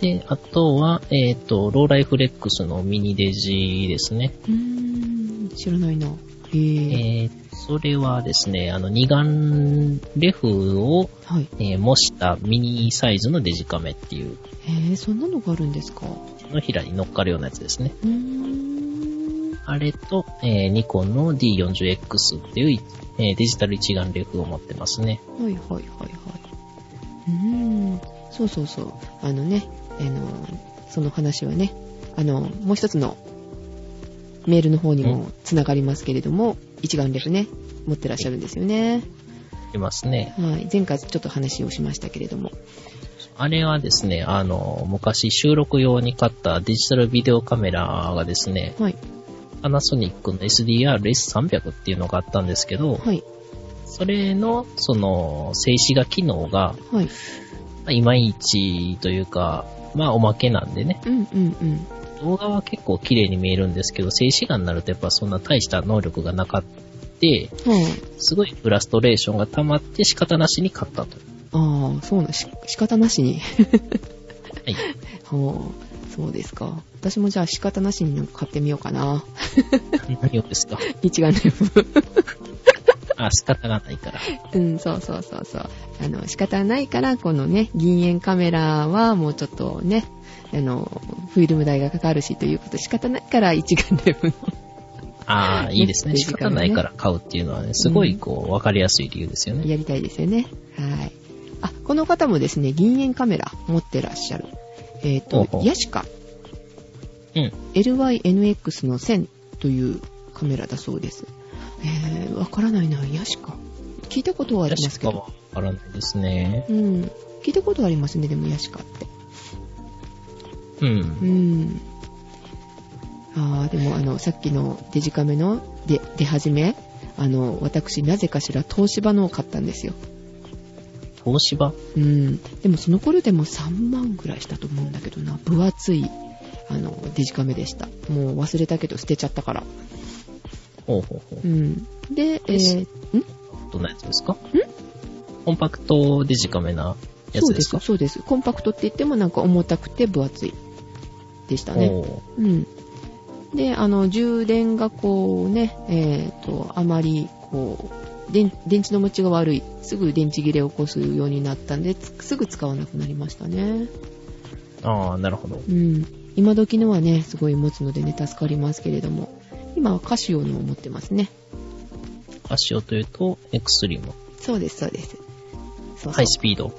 で、あとは、えーっと、ローライフレックスのミニデジですね。
うーん、知らないな。へえ。
えーそれはですね、あの、二眼レフを、
はい。
えー模したミニサイズのデジカメっていう
へえ、そんなのがあるんですか。う
手のひらに乗っかるようなやつですね。
ーん。
あれと、えーニコンの D40X っていうい、えーデジタル一眼レフを持ってますね。
はいはいはいはい。うーん。そうそうそう。あのね、あの、その話はね、あの、もう一つのメールの方にもつながりますけれども、一眼レフね、持ってらっしゃるんですよね。
いますね。
はい。前回ちょっと話をしましたけれども。
あれはですね、あの、昔収録用に買ったデジタルビデオカメラがですね、
はい。
パナソニックの SDR-S300 っていうのがあったんですけど、
はい。
それの、その、静止画機能が、
はい。
まあいまいちというか、まあおまけなんでね、
うんうんうん。
動画は結構綺麗に見えるんですけど、静止画になるとやっぱそんな大した能力がなかって、
はい。
すごいフラストレーションが溜まって仕方なしに買ったと。
ああ、そうな、し仕方なしに。
はい。
ほう、そうですか。私もじゃあ仕方なしになんか買ってみようかな。
何をですか
一眼レフ。
あ、仕方がないから。
うん、そうそうそうそう。あの、仕方ないから、このね、銀塩カメラはもうちょっとね、あの、フィルム代がかかるしということで仕方ないから一眼レフの。
ああ、いいですね。
ね
仕方ないから買うっていうのはね、すごいこう、わかりやすい理由ですよね。
やりたいですよね。はい。あ、この方もですね、銀塩カメラ持ってらっしゃる。えっ、
ほ
と
うほ、う
ヤシカ
うん。
LYNX の1000というカメラだそうです。えー、わからないな、ヤシカ。聞いたことはあります
確
け
か
ど。
わからないですね。
うん。聞いたことありますね、でもヤシカって。
う。
うんん。ああ、でもあの、さっきのデジカメの出、出始め、あの、私、なぜかしら東芝のを買ったんですよ。
東芝
うん。でもその頃でも3万ぐらいしたと思うんだけどな、分厚い、あの、デジカメでした。もう忘れたけど捨てちゃったから。
ほうほうほ
う
う。
ん。で、えー、ん
どんなやつですかコンパクトデジカメなや
そ
つ
う
で
ですす
か、
そうです。コンパクトって言ってもなんか重たくて分厚いでしたね。
おー
うん。で、あの、充電がこうね、えっ、と、あまり、こう、電電池の持ちが悪い。すぐ電池切れを起こすようになったんで、つすぐ使わなくなりましたね。
ああ、なるほど。
うん。今時のはね、すごい持つのでね、助かりますけれども。今はカシオのを持ってますね。
カシオというと、エクストリーム。
そうです、そうです。そうそう
ハイスピード。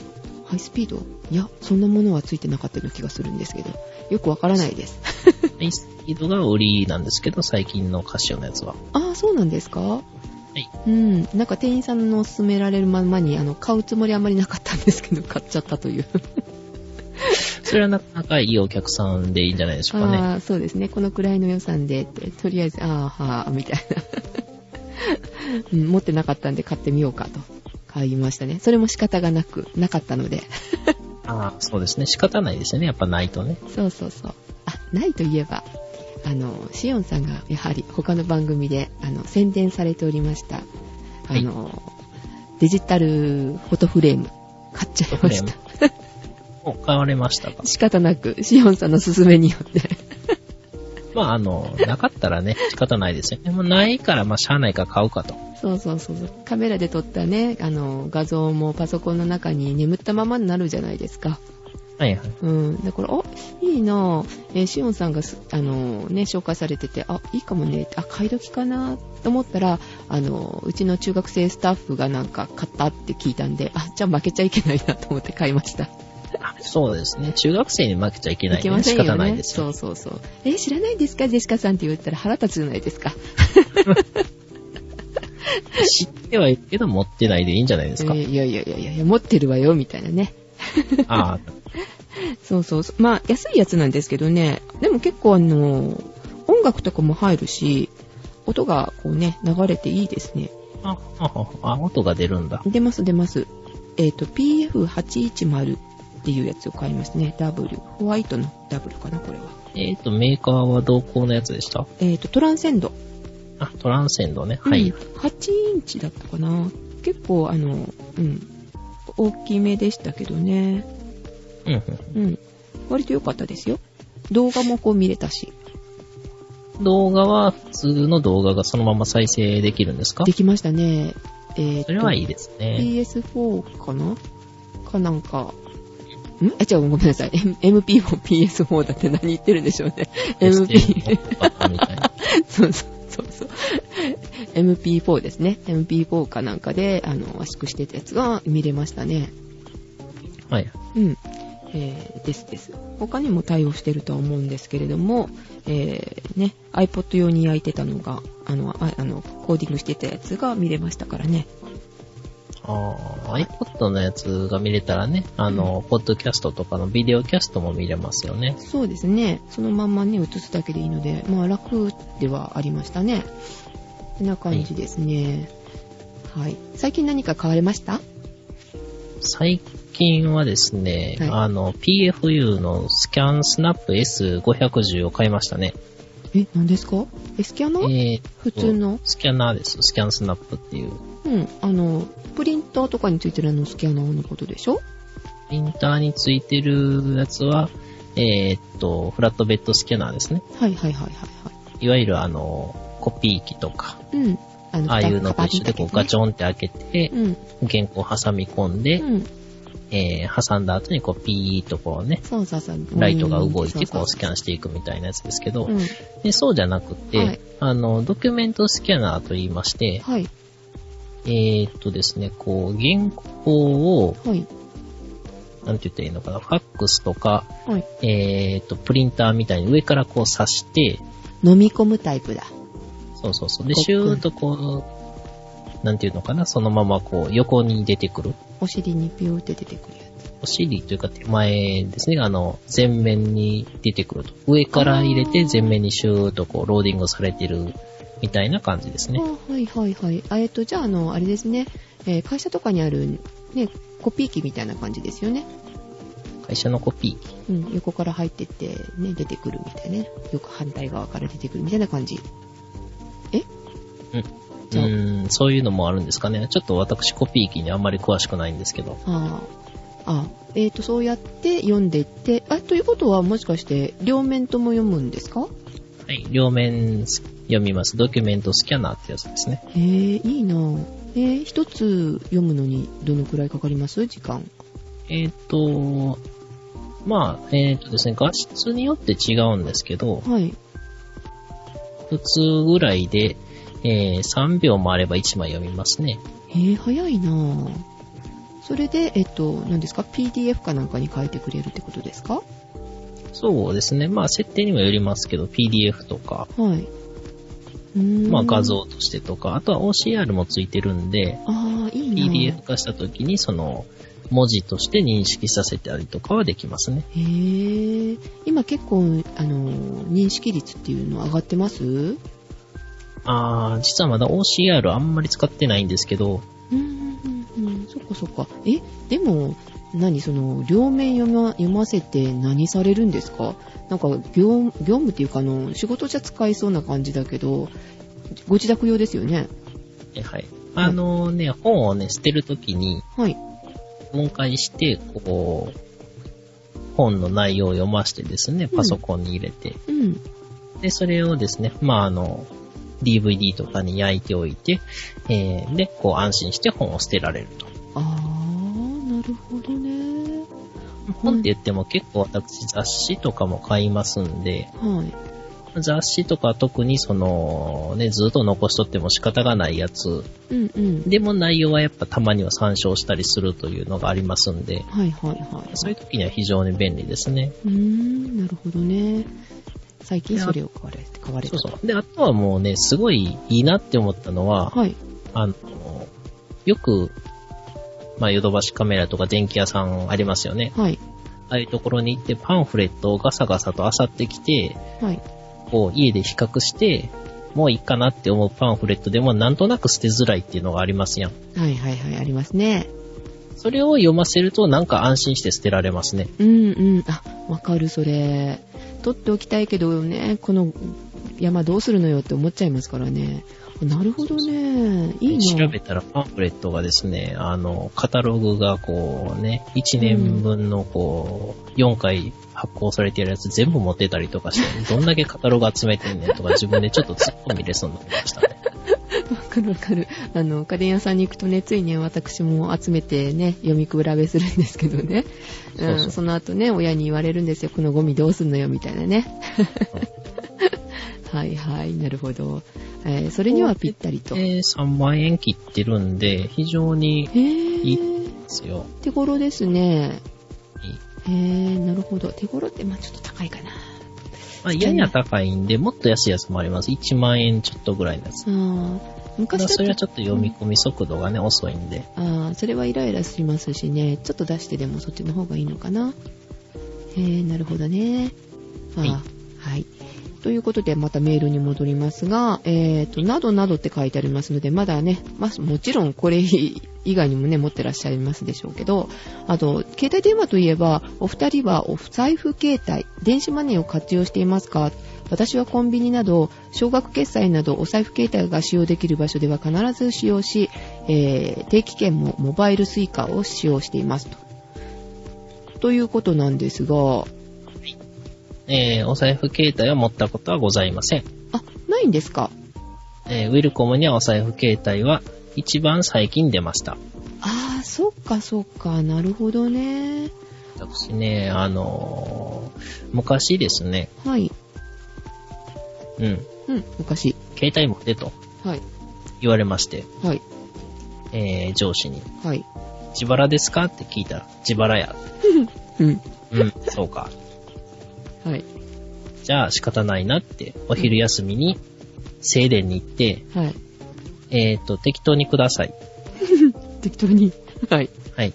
ハイスピードいや、そんなものはついてなかったような気がするんですけど、よくわからないです。
ハイスピードが売りなんですけど、最近のカシオのやつは。。
ああ、そうなんですかはいうん。なんか店員さんの勧められるまんまに、あの、買うつもりあんまりなかったんですけど、買っちゃったという。
それはなかなかいいお客さんでいいんじゃないでしょうかね。
ああ、そうですね。このくらいの予算でって、とりあえず、ああ、はあ、みたいな、 うん。持ってなかったんで買ってみようかと。買いましたね。それも仕方がなく、なかったので。
ああ、そうですね。仕方ないですよね。やっぱないとね。
そうそうそう。あ、ないといえば、あの、シオンさんがやはり他の番組で、あの、宣伝されておりました、あの、デジタルフォトフレーム、買っちゃいまし
フォト
た。
もう買われましたか。
仕方なく、シオンさんの勧めによって。
まあ、あの、なかったらね、仕方ないですよね。もうないから、まあ、しゃあないから買うかと。
そうそうそうそう。カメラで撮ったね、あの、画像もパソコンの中に眠ったままになるじゃないですか。
はいはい。
うん。だから、あ、いいなぁ。えーシオンさんがす、あの、ね、紹介されてて、あ、いいかもね。あ、買い時かなと思ったら、あの、うちの中学生スタッフがなんか買ったって聞いたんで、あ、じゃあ負けちゃいけないなと思って買いました。
あそうですね。中学生に負けちゃいけない、
いけません
仕
よね。
方ないですよ。
そうそうそう。え、知らないですかジェシカさんって言ったら腹立つじゃないですか。
知ってはいるけど、持ってないでいいんじゃないですか。
えーいやいやいやいや、持ってるわよ、みたいなね。
ああ、
そうそうそう。まあ、安いやつなんですけどね。でも結構あの、音楽とかも入るし、音がこうね、流れていいですね。
あ、あ、あ、音が出るんだ。
出ます出ます。えっ、と、PF810 っていうやつを買いますね。W。ホワイトの W かな、これは。
えっ、と、メーカーは同行のやつでした
えっ、と、トランセンド。
あ、トランセンドね。はい。
うん8インチだったかな。結構あの、うん。大きめでしたけどね。
うん、うん。
うん。割と良かったですよ。動画もこう見れたし。
動画は普通の動画がそのまま再生できるんですか
できましたね。えっ、と
それはいいですね。
PS4 かなかなんか。んえ、違う、ごめんなさい。M- MP4、PS4 だって何言ってるんでしょうね。MP、
MP。みたいな。
そうそうそうそう。MP4 ですね。MP4 かなんかで、あの、圧縮してたやつが見れましたね。
はい。
うん。えーですです。他にも対応してるとは思うんですけれども、えーね、iPod 用に焼いてたのが、あの、ああの、コーディングしてたやつが見れましたからね。
ああ、iPod のやつが見れたらね、あの、ポッドキャストとかのビデオキャストも見れますよね。
そうですね。そのまんまね、映すだけでいいので、まあ楽ではありましたね。こんな感じですね。はい。最近何か買われました
最近はですね、
はい
あの、PFU のスキャンスナップ S510 を買いましたね。
え、何ですかえ、スキャナー、
えーと
普通の
スキャナーです。スキャンスナップっていう。
うん。あの、プリンターとかについてるあのスキャナーのことでしょ
プリンターについてるやつは、えーっと、フラットベッドスキャナーですね。
はいはいはいはい
いわゆるあの、コピー機とか、
はい。うん。あ
ああいうのと
パ
一緒でこうガチ
ョ
ョンって開けて、
ン。
原稿を挟み込んで、
うん。うん。
えー挟んだ後にこうピーッとこうね、
そうそうそう。
ライトが動いてこうスキ
ン
ャンしていくみたいなやつですけど、
うん。
でそうじゃなくて、
はい
あの、ドキュメントスキャナーと言いまして、
はい。
えーっとですね、こう、原稿を、
はい。
なんて言ったらいいのかな、ファックスとか、
はい。
えーっと、プリンターみたいに上からこう刺して、
飲み込むタイプだ。
そうそうそう。で、
ごっくん
シューッとこう、なんていうのかな、そのままこう、横に出てくる。
お尻にピューって出てくるや
お尻というか手前ですね、あの、前面に出てくると。上から入れて前面にシューッとこう、ローディングされてるみたいな感じです
つ。
ね。
あはいはいはい。あえっと、じゃあ、あの、あれですね。えー会社とかにある、ね、コピー機みたいな感じですよね。
会社のコピー機。
うん。横から入ってって、ね、出てくるみたいね。よく反対側から出てくるみたいな感じ。
うーん、そういうのもあるんですかね。ちょっと私コピー機にあんまり詳しくないんですけど。
ああ。ああえっ、と、そうやって読んでいって、あ、ということはもしかして、両面とも読むんですか
はい、両面読みます。ドキュメントスキャナーってやつですね。
へえ、いいなぁえー一つ読むのにどのくらいかかります時間。
えっ、と、まあ、えっ、とですね、画質によって違うんですけど、
はい。
普通ぐらいで、えー3秒もあれば1枚読みますね。
へえ、早いなぁそれで、えっと、何ですか ?PDF かなんかに書いてくれるってことですか
そうですね。まあ、設定にもよりますけど、PDF とか、
はい。うーん
まあ、画。像としてとか、あとは OCR もついてるんで、
ああ、いいなぁ
PDF 化した時に、その、文字として認識させたりとかはできますね。
へえ、今結構、あの、認識率っていうの上がってます
あー、実はまだ OCR あんまり使ってないんですけど、
うんうんうんうん、そっかそっか。え、でも、何その、両面読ま読ませて何されるんですかなんか業、業務っていうか、あの、仕事じゃ使えそうな感じだけど、ご自宅用ですよね。
えはい。あのね、本をね、捨てるときに、
はい。
分解して、こう、本の内容を読ましてですね、
うん
パソコンに入れて、
うん。
で、それをですね、まあ、あの、DVD とかに焼いておいて、えーで、こう安心して本を捨てられると。
あー、なるほどね。
本って言っても結構私雑誌とかも買いますんで、
はい。
雑誌とか特にその、ね、ずっと残しとっても仕方がないやつ、
うんうん。
でも内容はやっぱたまには参照したりするというのがありますんで、
はいはいはい。
そういう時には非常に便利ですね。
うーん、なるほどね。最近それを買われて、買われ
そ
た
う。そう。で、あとはもうね、すごいいいなって思ったのは、
はい。
あの、よく、まあ、ヨドバシカメラとか電気屋さんありますよね。
はい。
ああいうところに行ってパンフレットをガサガサと漁ってきて、
はい。
こう家で比較して、もういいかなって思うパンフレットでもなんとなく捨てづらいっていうのがありますやん。
はいはいはい、ありますね。
それを読ませるとなんか安心して捨てられますね。
うんうん。あ、わかる、それ。取っておきたいけどね、この山どうするのよって思っちゃいますからね。あなるほどね。いいな。
調べたらパンフレットがですね、あの、カタログがこうね、1年分のこう、4回発行されてるやつ全部持ってたりとか して、どんだけカタログ集めてんねんとか自分でちょっと突っ込み入れそうになりました ね。
わかるわかる。あの、家電屋さんに行くとね、ついね、私も集めてね、読み比べするんですけどね。う、
そうそうん
その後ね、親に言われるんですよ。このゴミどうすんのよ、みたいなね。 はいはい、なるほど。えーそれにはぴったりと。へ
で、3万円切ってるんで、非常にいい
ー。
んですよ。
手頃ですね。へー、なるほど。手頃って、まあちょっと高いかな。
まあ、やや高いんで、もっと安いやつもあります。1万円ちょっとぐらいのやつ。
あー
ただ
昔
それ
だ
は
っ
ち
た
ょっと読み込み速度がね、遅いんで。
あーそれはイライラしますしね、ちょっと出してでもそっちの方がいいのかな。えー、なるほどね。あー
は
はい。ということで、またメールに戻りますが、えーと、などなどって書いてありますので、まだね、まあ、もちろんこれ以外にもね、持ってらっしゃいますでしょうけど、あと、携帯電話といえば、お二人はお財布携帯、電子マネーを活用していますか私はコンビニなど、少額決済などお財布携帯が使用できる場所では必ず使用し、えー定期券もモバイルスイカを使用していますと。ということなんですが、
えーお財布携帯を持ったことはございません。
あ、ないんですか
えーウィルコムにはお財布携帯は一番最近出ました。
ああ、そっかそっか、なるほどね。
私ね、あのー昔ですね、
はい。
うん、
うん、昔。
携帯持ってと
はい、
言われまして、
はい、
えー上司に、
はい。
自腹ですかって聞いたら、自腹や。
うん、
うん、そうか。
はい、
じゃあ仕方ないなって、お昼休みに、静電に行って、
はい。
えっ、と、適当にください。
適当に。 はい。
はい。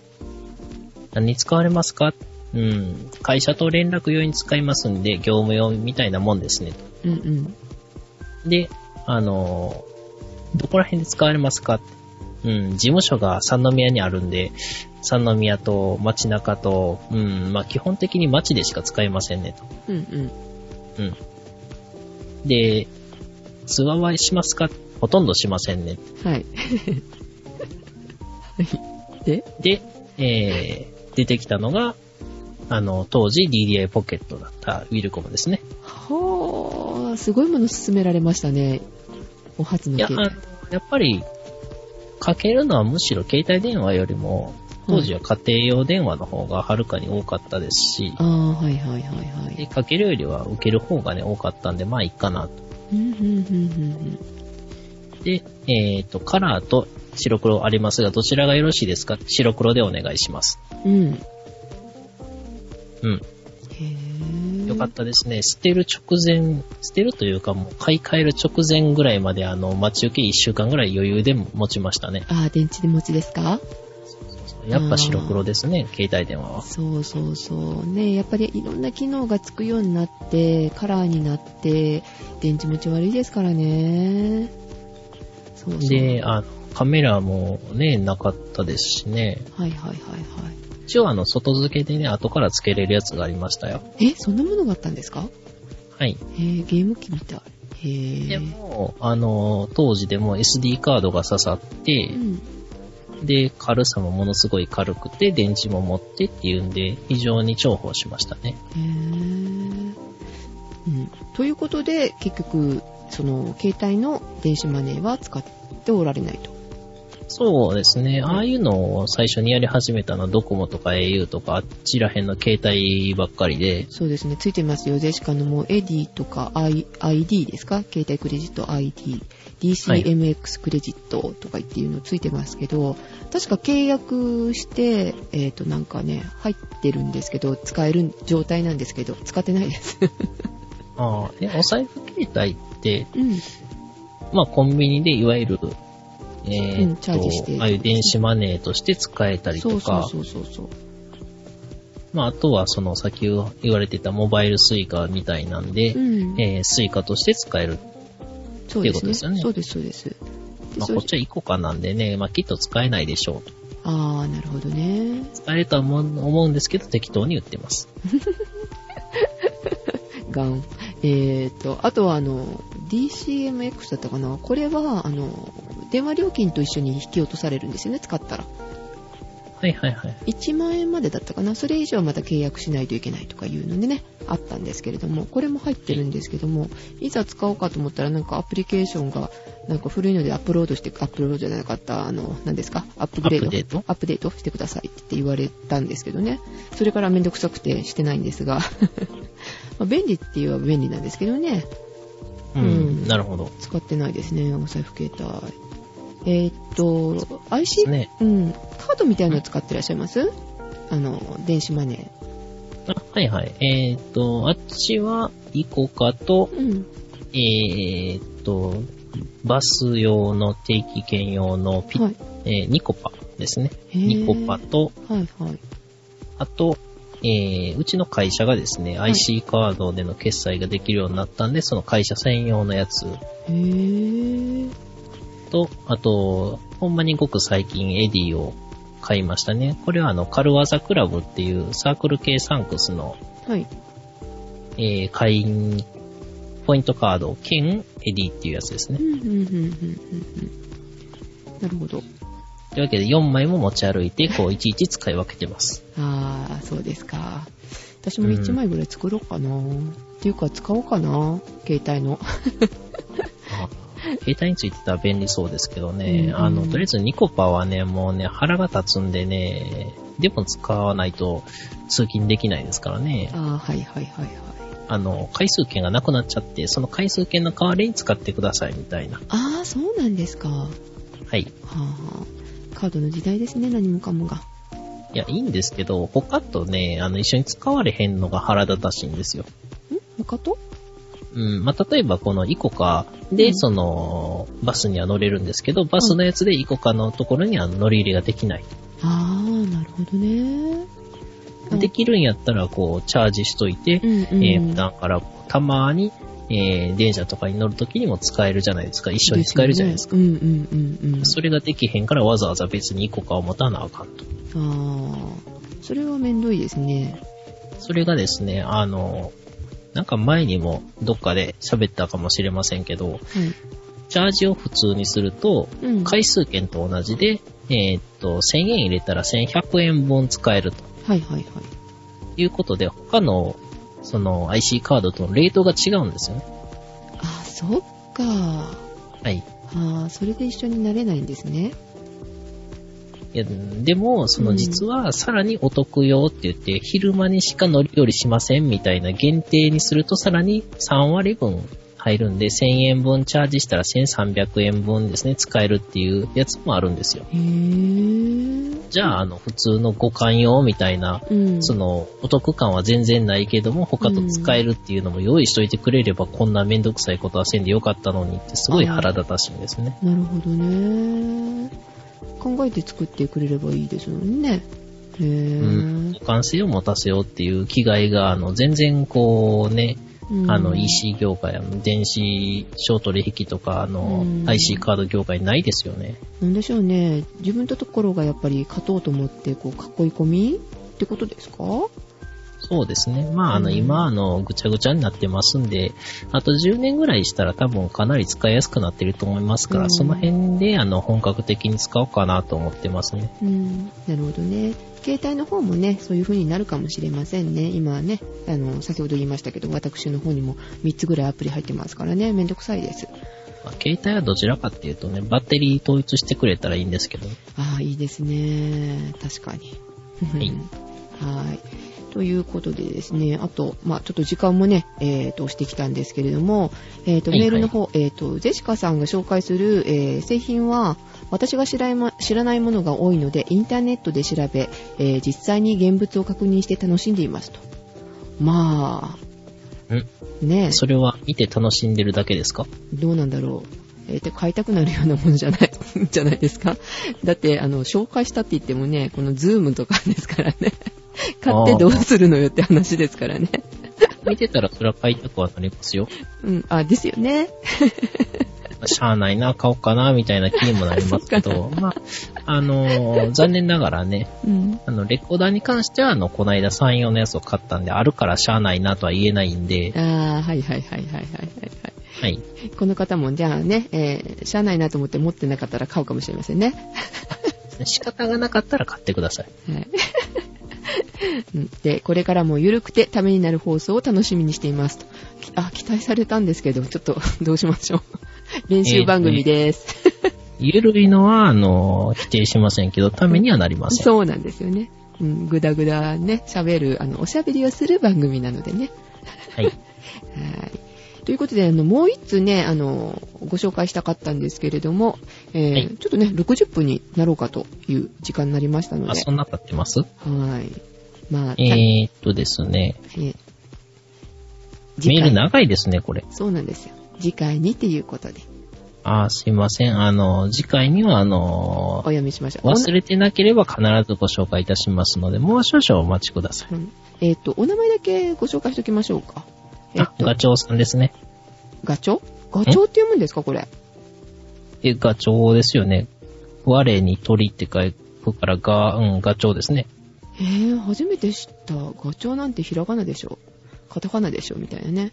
何に使われますかうん、会社と連絡用に使いますんで、業務用みたいなもんですね。
うんうん。
で、あのーどこら辺で使われますかうん、事務所が三宮にあるんで、三宮と街中と、うん、まあ基本的に街でしか使えませんね
う
と。
んうん。
うん。で、ツアーはしますかほとんどしませんね。
はい。はい。で
で、えー、出てきたのが、あの、当時 DDI ポケットだったウィルコムですね。
はあ、すごいもの勧められましたね。お初の
いや、
携
あの
帯。
やっぱり、かけるのはむしろ携帯電話よりも、当時は家庭用電話の方がはるかに多かったですし、
ああ、はいはいはいは
で
い。
かけるよりは受ける方がね、多かったんで、まあいいかなと。
うんうんうん
で、えっ、と、カラーと白黒ありますが、どちらがよろしいですか白黒でお願いします。
うんうん。うん。
うん。
へえ。
よかったですね。捨てる直前、捨てるというかもう買い替える直前ぐらいまであの、待ち受け1週間ぐらい余裕で持ちましたね。
ああ、電池で持ちですか
やっぱ白黒ですね、携帯電話は。
そうそうそう。ねやっぱりいろんな機能がつくようになって、カラーになって、電池持ち悪いですからね。そうそう。
で、あの、カメラもね、なかったですしね。
はいはいはいは
一応あの、外付けでね、後から付けれるやつがありましたよ。
い。え、そんなものがあったんですか
はい。
へーゲーム機みたい。へ
で
え。
も、あの、当時でも SD カードが刺さって
う、ん。
で、軽さもものすごい軽くて、電池も持ってっていうんで、非常に重宝しましたね。
へーうん。ということで、結局、その、携帯の電子マネーは使っておられないと。
そうですね。ああいうのを最初にやり始めたのはドコモとか au とかあっちら辺の携帯ばっかりで、
そうですね、ついてますよ。ゼシカのもう、エディとか、I、ID ですか携帯クレジット ID、DCMX クレジットとかっていうのついてますけど、確か契約して、えっ、と、なんかね、入ってるんですけど、使える状態なんですけど、使ってないです。
ああ、え、お財布携帯って、
うん。
まあコンビニでいわゆる、え
う
ー
ん
っ
チャージして
と、ああいう電子マネーとして使えたり
そ
と
うそう
か、
そうそうそう。
まああとはその先ほど言われてたモバイルスイカみたいなんで
う、ん。
えースイカとして使える。
そう
ってい
で
うこ
す
と
ね。
ですよね
そうです、そうです。で
まあ
そ
こ
れ
っちは1個かなんでね、まあきっと使えないでしょう。
あー、なるほどね。
使えるとは思う思うんですけど、適当に売ってます。
ガン。えっ、と、あとはあの、DCMX だったかなこれは、あの、電話料金と一緒に引き落とされるんですよね、使ったら。
はいはいはい。
1万円までだったかなそれ以上はまた契約しないといけないとかいうのでね、あったんですけれども、これも入ってるんですけども、いざ使おうかと思ったらなんかアプリケーションが、なんか古いのでアップロードして、アップロードじゃなかった、あの、何ですかアップグレード。
アップデート
アップデートしてくださいって言われたんですけどね。それからめんどくさくてしてないんですが、 まあ便利って言えば便利なんですけどね。
う、
うんん
なるほど。
使ってないですね、お財布携帯。えーっと、IC、
ね。
うん、カードみたいなの使ってらっしゃいますあの、電子マネ
あはいはい。えっ、と、あっちは、イコカと
ー。、うん。
えっ、と、バス用の定期券用のピ、
はい。
えーニコパですね。
へー
ニコパと、
はい、はい。
あと、えーうちの会社がですね、
い
IC カードでの決済ができるようになったんで、その会社専用のやつ
へぇー。
と、あと、ほんまにごく最近エディを買いましたね。これはあの、カルワザクラブっていうサークル系サンクスの、
はい。
えー会員ポイントカード兼エディっていうやつですね
う。んうんうんうんうんうん。なるほど。
というわけで4枚も持ち歩いて、こう、いちいち使い分けて ます。
ああ、そうですか。私も
うん
1枚ぐらい作ろうかな。っていうか、使おうかな。携帯 の。
あ携帯についてたら便利そうですけどね、
うん
あの、とりあえずニコパはね、もうね、腹が立つんでね、でも使わないと通勤できないですからね。
ああ、はいはいはいはい。
あの、回数券がなくなっちゃって、その回数券の代わりに使ってくださいみたいな。
ああ、そうなんですか。は
はい。い
あ。カードの時代ですね、何もかもが。
や、いいんですけど、他とね、あの、一緒に使われへんのが腹立たしいんですよ。
ん他と
うん。まあ、例えばこのイコカで、
うん
その、バスには乗れるんですけど、バスのやつでイコカのところには乗り入れができない。
ああ、なるほどね。うん
できるんやったら、こう、チャージしといて、
うんうん。
えー、普段からこうたまに、えー、電車とかに乗るときにも使えるじゃないですか。一緒に使えるじゃないですか。
か。うんうんうんうん。
それができへんからわざわざ別にイコカを持たなあかんと。
ああ。それはめんどいですね。
それがですね、あの、なんか前にもどっかで喋ったかもしれませんけど、
はい。
チャージを普通にすると、
うん。
回数券と同じで、えーっと、1000円入れたら1100円分使えると
はいはいはい。
いうことで、他の、その IC カードとのレートが違うんですよね。
ああ、そっか。
はい。
ああ、それで一緒になれないんですね。
いやでも、その実はさらにお得用って言って、昼間にしか乗り降りしませんみたいな限定にするとさらに3割分入るんで、1000円分チャージしたら1300円分ですね、使えるっていうやつもあるんですよ。
へえ。
じゃあ、あの、普通の互換用みたいな、
うん。
その、お得感は全然ないけども、他と使えるっていうのも用意しといてくれれば、こんなめんどくさいことはせんでよかったのにって、すごい腹立たしいんですね。
なるほどね。考えて作ってくれればいいですよね。へえ。
うん互換性を持たせようっていう気概が、あの、全然こうね、
うん
あの、。EC 業界、あの、電子商取引とか、あの
う、ん
IC カード業界ないですよね。
なんでしょうね。自分のところがやっぱり勝とうと思って、こう、囲い込みってことですか
そうですね。まあ、あの、
うん
今、あの、ぐちゃぐちゃになってますんで、あと10年ぐらいしたら多分かなり使いやすくなってると思いますか
う
ら、
ん
その辺で、あの、本格的に使おうかなと思ってますね。
うん。なるほどね。携帯の方もね、そういう風になるかもしれませんね。今はね、あの、先ほど言いましたけど、私の方にも3つぐらいアプリ入ってますからね、めんどくさいです。
まあ携帯はどちらかっていうとね、バッテリー統一してくれたらいいんですけど、
ああ、いいですね。確かに。
い
はい。ということでですね、あと、まあちょっと時間もね、えっ、と、押してきたんですけれども、えっ、と、
はいは
メ
い
ールの方、えっ、と、ゼシカさんが紹介する、えー製品は、私が知らいま知らないものが多いので、インターネットで調べ、えー実際に現物を確認して楽しんでいますと。ま
うん
あ、ね
それは見て楽しんでるだけですか
どうなんだろう。えー、って買いたくなるようなものじゃない、 じゃないですか。だって、あの、紹介したって言ってもね、このズームとかですからね。 買ってどうするのよって話ですからね。
見てたらそれは買いたくはなりますよ。
うん、あ、ですよね。
まあしゃあないな、買おうかな、みたいな気にもなりますけ
そ
ど、まあ、あのー残念ながらね、
うん。
あの、レコーダーに関しては、あの、こないだ3、4のやつを買ったんで、あるからしゃあないなとは言えないんで、
あーはいはいはいはいはいはいは
はい。
い。この方も、じゃあね、えー、しゃあないなと思って持ってなかったら買うかもしれませんね。
仕方がなかったら買ってください。
はい。 うんで、これからも緩くてためになる放送を楽しみにしていますと。きあ、期待されたんですけど、ちょっと どうしましょう。練習番組です。
ゆるいのは、あのー否定しませんけど、ためにはなりま せん。
そうなんですよね。うん、ぐだぐだね、喋る、あの、おしゃべりをする番組なのでね。
はい。
はい。ということで、あの、もう一つね、あの、ご紹介したかったんですけれども、えー
はい
ちょっとね、60分になろうかという時間になりましたの
あ、
で、
そんな経ってます
はい。まあ、た
えーっとですね、
えー
メ
次
ール
回、
長いですね、これ。
そうなんですよ。次回にっていうことで、
あー、すいません。あのー次回には、あの
お
ー
読みしましょう。
忘れてなければ必ずご紹介いたしますので、もう少々お待ちください。
おなうんえっ、と、お名前だけご紹介しておきましょうか。えっ、
あ、
と、
ガチョウさんですね。
ガチョウガチョウって読むんですか、これ。
え、ガチョウですよね。我に鳥って書くからガ、うん、ガチョウですね。
えー、初めて知った。ガチョウなんてひらがなでしょ。カタカナでしょみたいなね。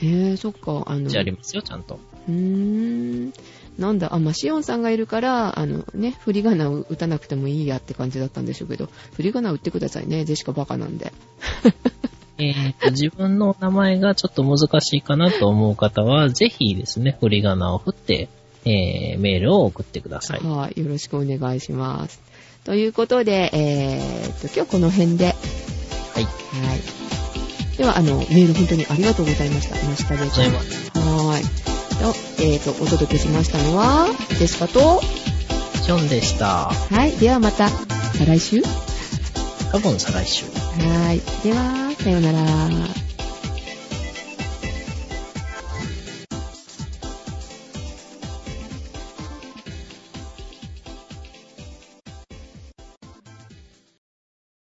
えー、そっか、あの、
じゃありますよ、ちゃんと。
うーん。なんだ、あ、まあ、シオンさんがいるから、あのね、振り仮名を打たなくてもいいやって感じだったんでしょうけど、振り仮名打ってくださいね。ジェシカバカなんで。
えーと、自分の名前がちょっと難しいかなと思う方は、ぜひですね、振り仮名を振って、えー、メールを送ってください。
はい、よろしくお願いします。ということで、えーっと、今日この辺で、は
はい。ありがと
い。では、あの、メール本当にありがとうございました。ましたで
うございます。
はーい。と、えーっと、お届けしましたのは、ジェシカと、
ションでした。
はい。ではまた、再来週は
多分再来週。
ーい。では、さようなら。